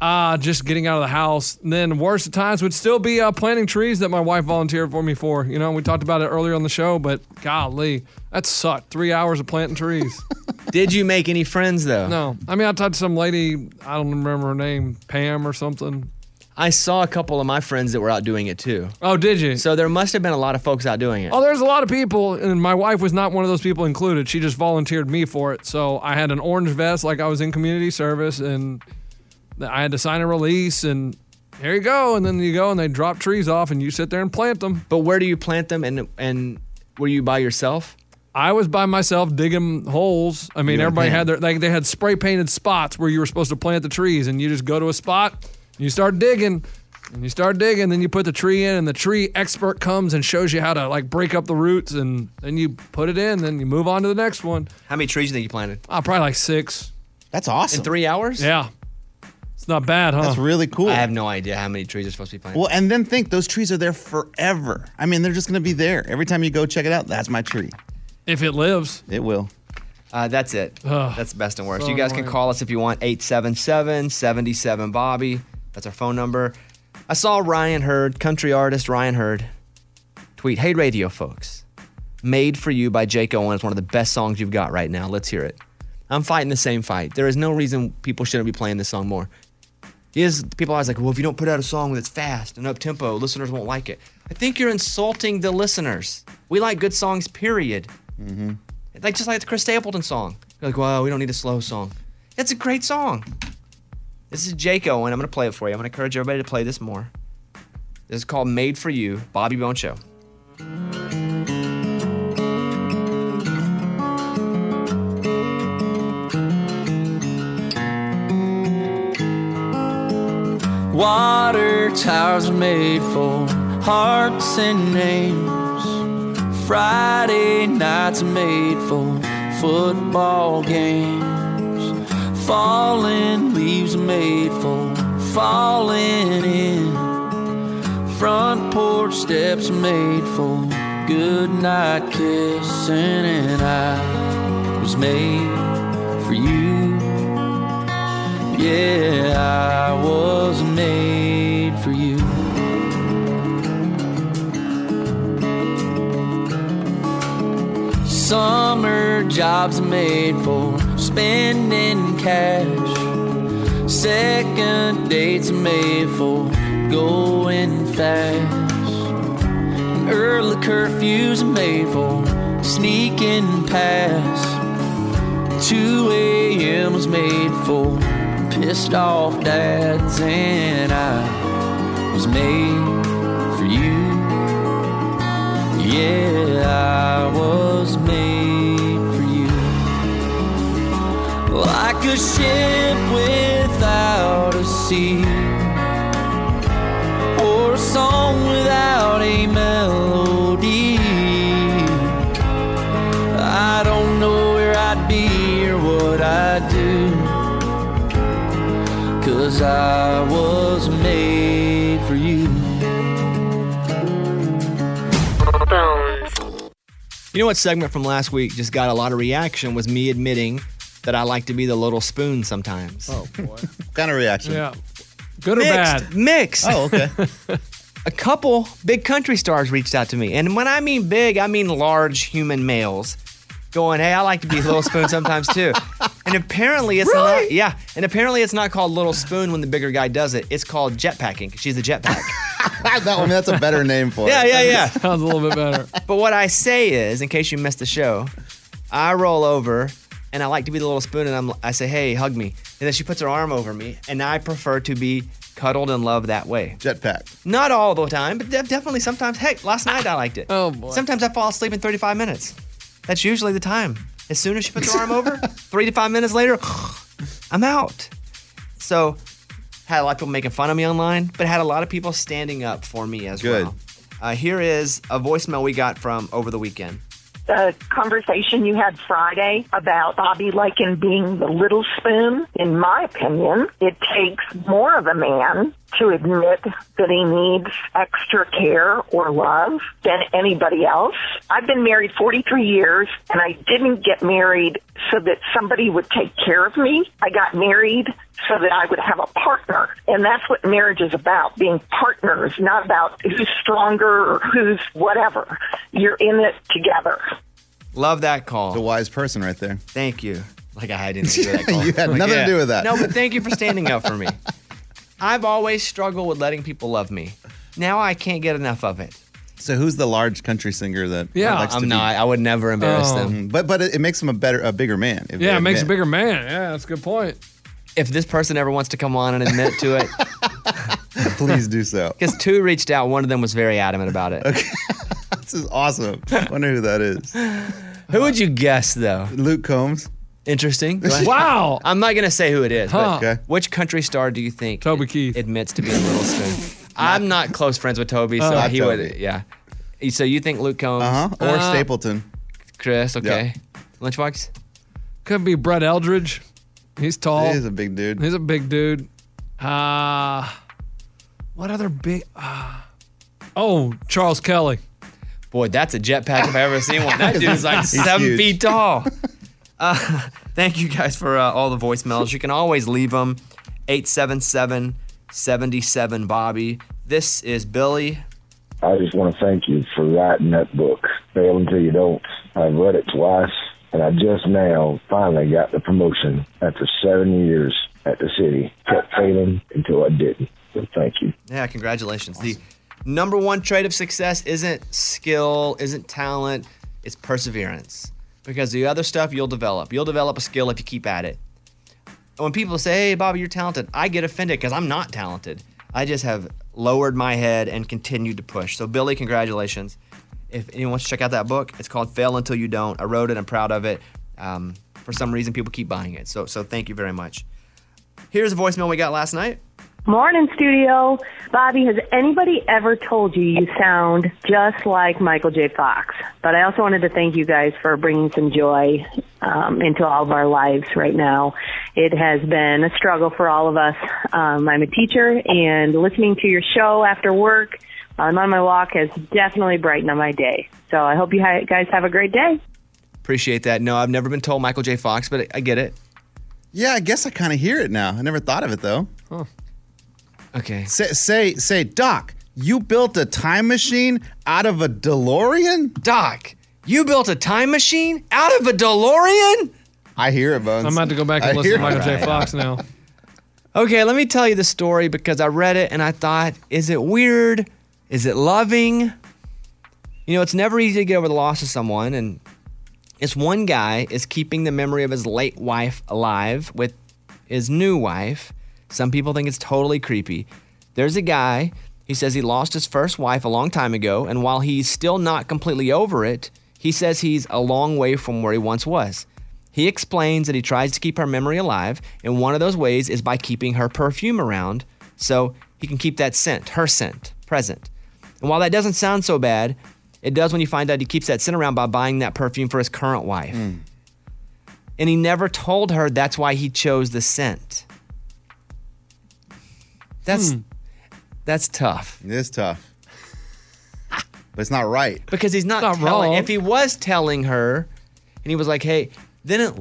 S3: Uh, just getting out of the house. And then, worst of times would still be uh, planting trees that my wife volunteered for me for. You know, we talked about it earlier on the show, but golly, that sucked. Three hours of
S4: (laughs)
S3: planting trees.
S2: Did you make any friends though?
S3: No. I mean, I talked to some lady, I don't remember her name, Pam or something.
S2: I saw a couple of my friends that were out doing it too.
S3: Oh, did you?
S2: So there must have been a lot of folks out doing it.
S3: Oh, there's a lot of people, and my wife was not one of those people included. She just volunteered me for it. So I had an orange vest, like I was in community service, and th- I had to sign a release. And here you go. And then you go, and they drop trees off, and you sit there and plant them.
S2: But where do you plant them? And and were you by yourself?
S3: I was by myself digging holes. I mean,
S2: You and
S3: everybody
S2: Pam.
S3: had their like they had spray painted spots where you were supposed to plant the trees, and you just go to a spot, and you start digging, and you start digging, then you put the tree in, and the tree expert comes and shows you how to like break up the roots, and then you put it in, then you move on to the next one.
S2: How many trees do you think you planted?
S3: Oh, probably like six.
S2: That's awesome. In three hours?
S3: Yeah, it's not bad, huh?
S4: That's really cool.
S2: I have no idea how many trees are supposed to be planted.
S4: Well, and then think those trees are there forever. I mean, they're just going to be there. Every time you go check it out, that's my tree.
S3: If it lives,
S4: it will.
S2: Uh, that's it. that's best and worst.
S4: so
S2: you guys
S4: annoying.
S2: can call us if you want 877 77 Bobby. That's our phone number. I saw Ryan Hurd, country artist Ryan Hurd, tweet Hey, radio folks. Made for You by Jake Owen is one of the best songs you've got right now. Let's hear it. I'm fighting the same fight. There is no reason people shouldn't be playing this song more. Is people are always like, well, if you don't put out a song that's fast and up tempo, listeners won't like it. I think you're insulting the listeners. We like good songs, period.
S4: Mm-hmm.
S2: Like just like the Chris Stapleton song. You're like, well, we don't need a slow song. That's a great song. This is Jake Owen. I'm gonna play it for you. I'm gonna encourage everybody to play this more. This is called Made for You, Bobby Bone Show.
S24: Water towers are made for hearts and names. Friday nights are made for football games. Falling leaves are made for falling in. Front porch steps are made for good night kissing. And I was made for you. Yeah, I was made for you. Summer jobs are made for spending cash. Second dates are made for going fast. And early curfews are made for sneaking past. 2 a.m. was made for pissed off dads, and I was made for you. Yeah, I was made for you. Like a ship without a sea, or a song without a melody. I don't know where I'd be or what I'd do. Cause I was made for you.
S2: You know what segment from last week just got a lot of reaction was me admitting that I like to be the little spoon sometimes. Oh boy.
S4: kind of reaction.
S3: Yeah. Good or
S2: mixed,
S3: bad?
S2: Mixed.
S3: Oh, okay.
S2: (laughs) a couple big country stars reached out to me. And when I mean big, I mean large human males going, hey, I like to be Little
S3: (laughs)
S2: Spoon sometimes too. And apparently it's not yeah. And apparently it's not called Little Spoon when the bigger guy does it. It's called jetpacking. 'cause She's a jetpack.
S4: (laughs) that one, that's a better name for
S2: (laughs) yeah,
S4: it.
S2: Yeah, yeah, yeah.
S3: (laughs) Sounds a little bit better.
S2: But what I say is, in case you missed the show, I roll over and I like to be the little spoon and I'm, I say, hey, hug me. And then she puts her arm over me and I prefer to be cuddled and loved that way.
S4: Jetpack.
S2: Not all the time, but de- definitely sometimes. Heck, last night I
S3: (laughs)
S2: liked it. Oh, boy. Sometimes I fall asleep in 35 minutes. That's usually the time. As soon as she puts her
S4: (laughs)
S2: arm over, three to five minutes later, I'm out. So, had a lot of people making fun of me online, but had a lot of people standing up for me as
S4: Good.
S2: well. Uh, here is a voicemail we got from over the weekend.
S25: the conversation you had Friday about Bobby Lakin being the little spoon, in my opinion, it takes more of a man to admit that he needs extra care or love than anybody else. I've been married 43 years and I didn't get married so that somebody would take care of me. I got married so that I would have a partner. And that's what marriage is about, being partners, not about who's stronger or who's whatever. You're in it together.
S2: Love that call.
S4: It's a wise person right there. (laughs)
S2: Thank you. Like I had anything to do with
S4: (laughs)
S2: that
S4: You
S2: call.
S4: had
S2: Like,
S4: nothing to
S2: yeah.
S4: do with that.
S2: No, but thank you for standing up for me. I've always struggled with letting people love me. Now I can't get enough of it.
S4: (laughs) So who's the large country singer that?
S2: Yeah, I'm not. I would never embarrass them.
S4: Mm, But but it, it makes them a better, a bigger man. if
S3: Oh. Yeah,
S4: they
S3: it makes a
S4: admit.
S3: bigger man. Yeah, that's a good point.
S2: If this person ever wants to come on and admit to it,
S4: (laughs) please do
S2: (laughs)
S4: so.
S2: Because two reached out, one of them was very adamant about it. Okay.
S4: (laughs) this is awesome. Wonder who that is.
S2: Who would you guess though?
S4: Luke Combs. (laughs)
S2: Interesting. Go ahead.
S3: Wow.
S2: (laughs) I'm not gonna say who it is.
S3: Huh.
S2: But
S3: Okay.
S2: Which country star do you think
S3: Toby Keith
S2: admits to being a little
S3: (laughs)
S2: spoon? I'm not close friends with Toby, so
S4: Not
S2: he would.
S4: Toby.
S2: Yeah. So you think Luke Combs
S4: Uh-huh. Or
S2: Uh,
S4: Stapleton.
S2: Chris? Okay. Lunchbox.
S3: Could be Brett Eldridge. He's tall.
S4: He's a big dude.
S3: He's a big dude. Uh, what other big? Uh, oh, Charles Kelly.
S2: Boy, that's a jetpack if I ever seen one. That
S4: (laughs)
S2: dude's like
S3: He's
S2: seven
S3: huge.
S2: feet tall. Uh, thank you guys for uh, all the voicemails. You can always leave them 877 77 Bobby. This is Billy.
S13: I just want to thank you for writing that book, Fail Until You Don't. I've read it twice, and I just now finally got the promotion after seven years at the city. Kept failing until I didn't. So thank you.
S2: Yeah, congratulations. The number one trait of success isn't skill, isn't talent, it's perseverance. Because the other stuff you'll develop. You'll develop a skill if you keep at it. And when people say, hey, Bobby, you're talented, I get offended because I'm not talented. I just have lowered my head and continued to push. So, Billy, congratulations. If anyone wants to check out that book, it's called Fail Until You Don't. I wrote it, I'm proud of it. Um, for some reason, people keep buying it. So, so thank you very much. Here's a voicemail we got last night.
S15: Morning, studio. Bobby, has anybody ever told you you sound just like Michael J. Fox? But I also wanted to thank you guys for bringing some joy um, into all of our lives right now. It has been a struggle for all of us. Um, I'm a teacher, and listening to your show after work while I'm on my walk has definitely brightened up my day. So I hope you ha- guys have a great day.
S2: Appreciate that. No, I've never been told Michael J. Fox, but I get it.
S4: Yeah, I guess I kind of hear it now. I never thought of it though.
S2: Okay.
S4: Say say say, Doc, you built a time machine out of a DeLorean.
S2: Doc, you built a time machine out of a DeLorean.
S4: I hear it, Bones.
S3: I'm about to go
S4: (laughs)
S3: back
S4: I
S3: and listen to
S4: hear
S3: Michael
S4: it.
S3: J. Fox now.
S2: Okay, let me tell you the story because I read it and I thought, is it weird? Is it loving? You know, it's never easy to get over the loss of someone. And this one guy is keeping the memory of his late wife alive with his new wife. Some people think it's totally creepy. There's a guy, he says he lost his first wife a long time ago. And while he's still not completely over it, he says he's a long way from where he once was. He explains that he tries to keep her memory alive, and one of those ways is by keeping her perfume around so he can keep that scent, her scent, present. And while that doesn't sound so bad, it does when you find out he keeps that scent around by buying that perfume for his current wife.
S4: Hmm.
S2: And he never told her that's why he chose the scent. That's that's tough.
S4: Hmm. It is tough. (laughs) But it's not right.
S2: Because he's not,
S4: It's not
S2: telling.
S4: wrong.
S2: If he was telling her, and he was like, "Hey," then it.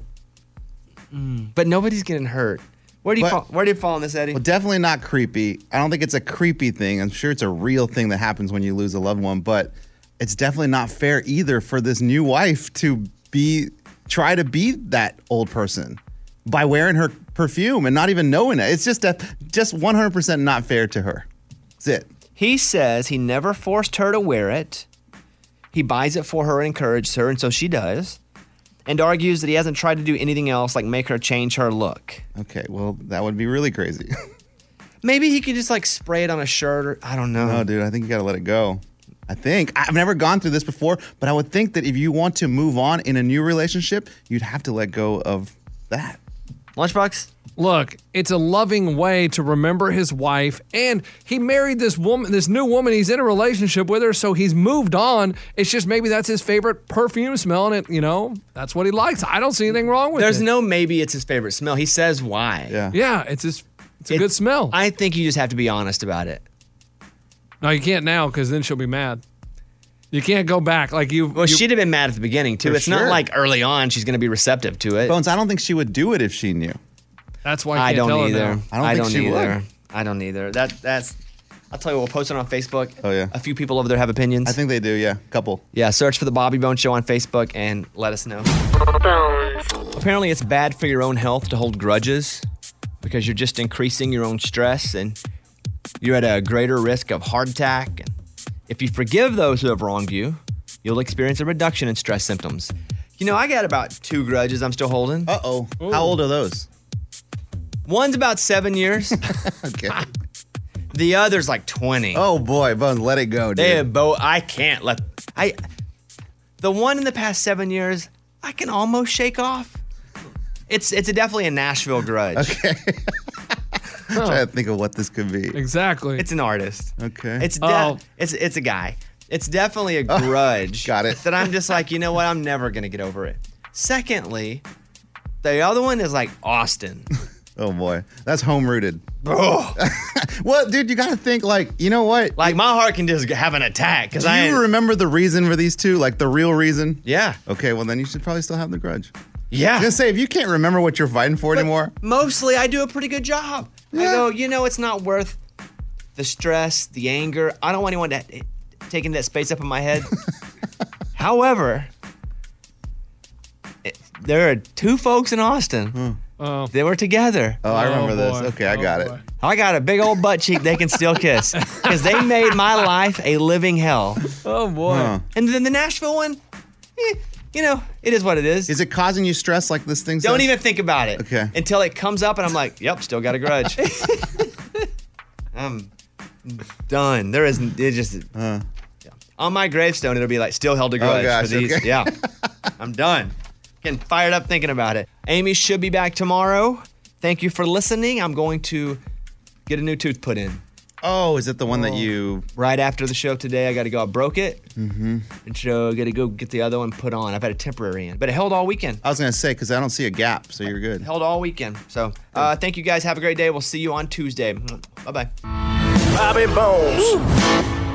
S2: Mm, but nobody's getting hurt. Where do you fall, where do you fall on this, Eddie?
S4: Well, definitely not creepy. I don't think it's a creepy thing. I'm sure it's a real thing that happens when you lose a loved one, but it's definitely not fair either for this new wife to be try to be that old person by wearing her perfume and not even knowing it. It's just a, just 100% not fair to her. That's it.
S2: He says he never forced her to wear it. He buys it for her and encourages her, and so she does. And argues that he hasn't tried to do anything else like make her change her look.
S4: Okay, well, that would be really crazy. (laughs)
S2: Maybe he could just like spray it on a shirt or I don't know.
S4: No, dude, I think you got to let it go. I think I've never gone through this before, but I would think that if you want to move on in a new relationship, you'd have to let go of that.
S2: Lunchbox?
S3: Look, it's a loving way to remember his wife, and he married this woman, this new woman. He's in a relationship with her, so he's moved on. It's just maybe that's his favorite perfume smell, and it, you know, that's what he likes. I don't see anything wrong with
S2: There's
S3: it.
S2: no maybe it's his favorite smell. He says why. Yeah.
S3: Yeah, it's just it's a good smell.
S2: I think you just have to be honest about it.
S3: No, you can't now because then she'll be mad. You can't go back like you.
S2: Well, she'd have been mad at the beginning too.
S3: For
S2: it's
S3: sure.
S2: not like early on she's going to be receptive to it.
S4: Bones, I don't think she would do it if she knew.
S3: That's why
S2: I,
S3: I, can't
S2: don't
S3: tell her
S2: either.
S3: now.
S4: I don't think she would.
S2: either. I don't either. That that's. I'll tell you, we'll post it on Facebook.
S4: Oh yeah.
S2: A few people over there have opinions. I
S4: think they do. Yeah, couple.
S2: Yeah, search for the Bobby Bone Show on Facebook and let us know. Apparently, it's bad for your own health to hold grudges because you're just increasing your own stress and you're at a greater risk of heart attack. And if you forgive those who have wronged you, you'll experience a reduction in stress symptoms. You know, I got about two grudges I'm still holding. Uh oh. How old are those? One's about
S4: (laughs)
S2: seven years. okay. The other's like 20.
S4: Oh boy, Bones, let it go, dude.
S2: They have both. I can't let. I. The one in the past seven years, I can almost shake off. It's it's definitely a Nashville grudge. Okay.
S4: I'm trying to think of what this could be.
S3: Exactly.
S2: It's an artist.
S4: Okay.
S2: It's de- it's it's a guy. It's
S4: (laughs)
S2: definitely a grudge. Got it. That I'm just like, you know what? I'm never gonna get over it. Secondly, the other one is like Austin.
S4: Oh boy, that's home rooted.
S2: Ugh.
S4: (laughs) well, dude, you got to think like you know what?
S2: Like my heart can just have an attack because
S4: Do
S2: I.
S4: you remember the reason for these two? Like the real reason?
S2: Yeah.
S4: Okay, well then you should probably still have the grudge.
S2: Yeah. I
S4: was gonna say if you can't remember what you're fighting for anymore,
S2: mostly I do a pretty good job. I go, you know, it's not worth the stress, the anger. I don't want anyone to eh, taking that space up in my
S4: (laughs)
S2: head. However, it, there are two folks in Austin. They were together.
S4: Hmm. Oh, I remember this. Okay, I got it.
S2: I got a big old butt cheek they can still kiss because they made my life a living hell.
S3: Oh boy!
S2: And then the Nashville one, eh, you know, it is what it is.
S4: Is it causing you stress like this thing?
S2: Don't
S4: says?
S2: even think about it
S4: Okay.
S2: until it comes up, and I'm like, yep, still got
S4: (laughs)
S2: a grudge. I'm done. There is it just yeah. on my gravestone. It'll be like still held a
S4: Oh,
S2: grudge
S4: gosh,
S2: for these.
S4: okay.
S2: Yeah, I'm done. Getting fired up thinking about it. Amy should be back tomorrow. Thank you for listening. I'm going to get a new tooth put in.
S4: Oh, is it the one that you Hmm.
S2: right after the show today? I got to go. I broke it, Mm-hmm. and so I got to go get the other one put on. I've had a temporary in, but it held all weekend.
S4: I was gonna say because I don't see a gap, so you're good.
S2: Held all weekend. So uh, thank you guys. Have a great day. We'll see you on Tuesday. Bye bye.
S20: Bobby Bones.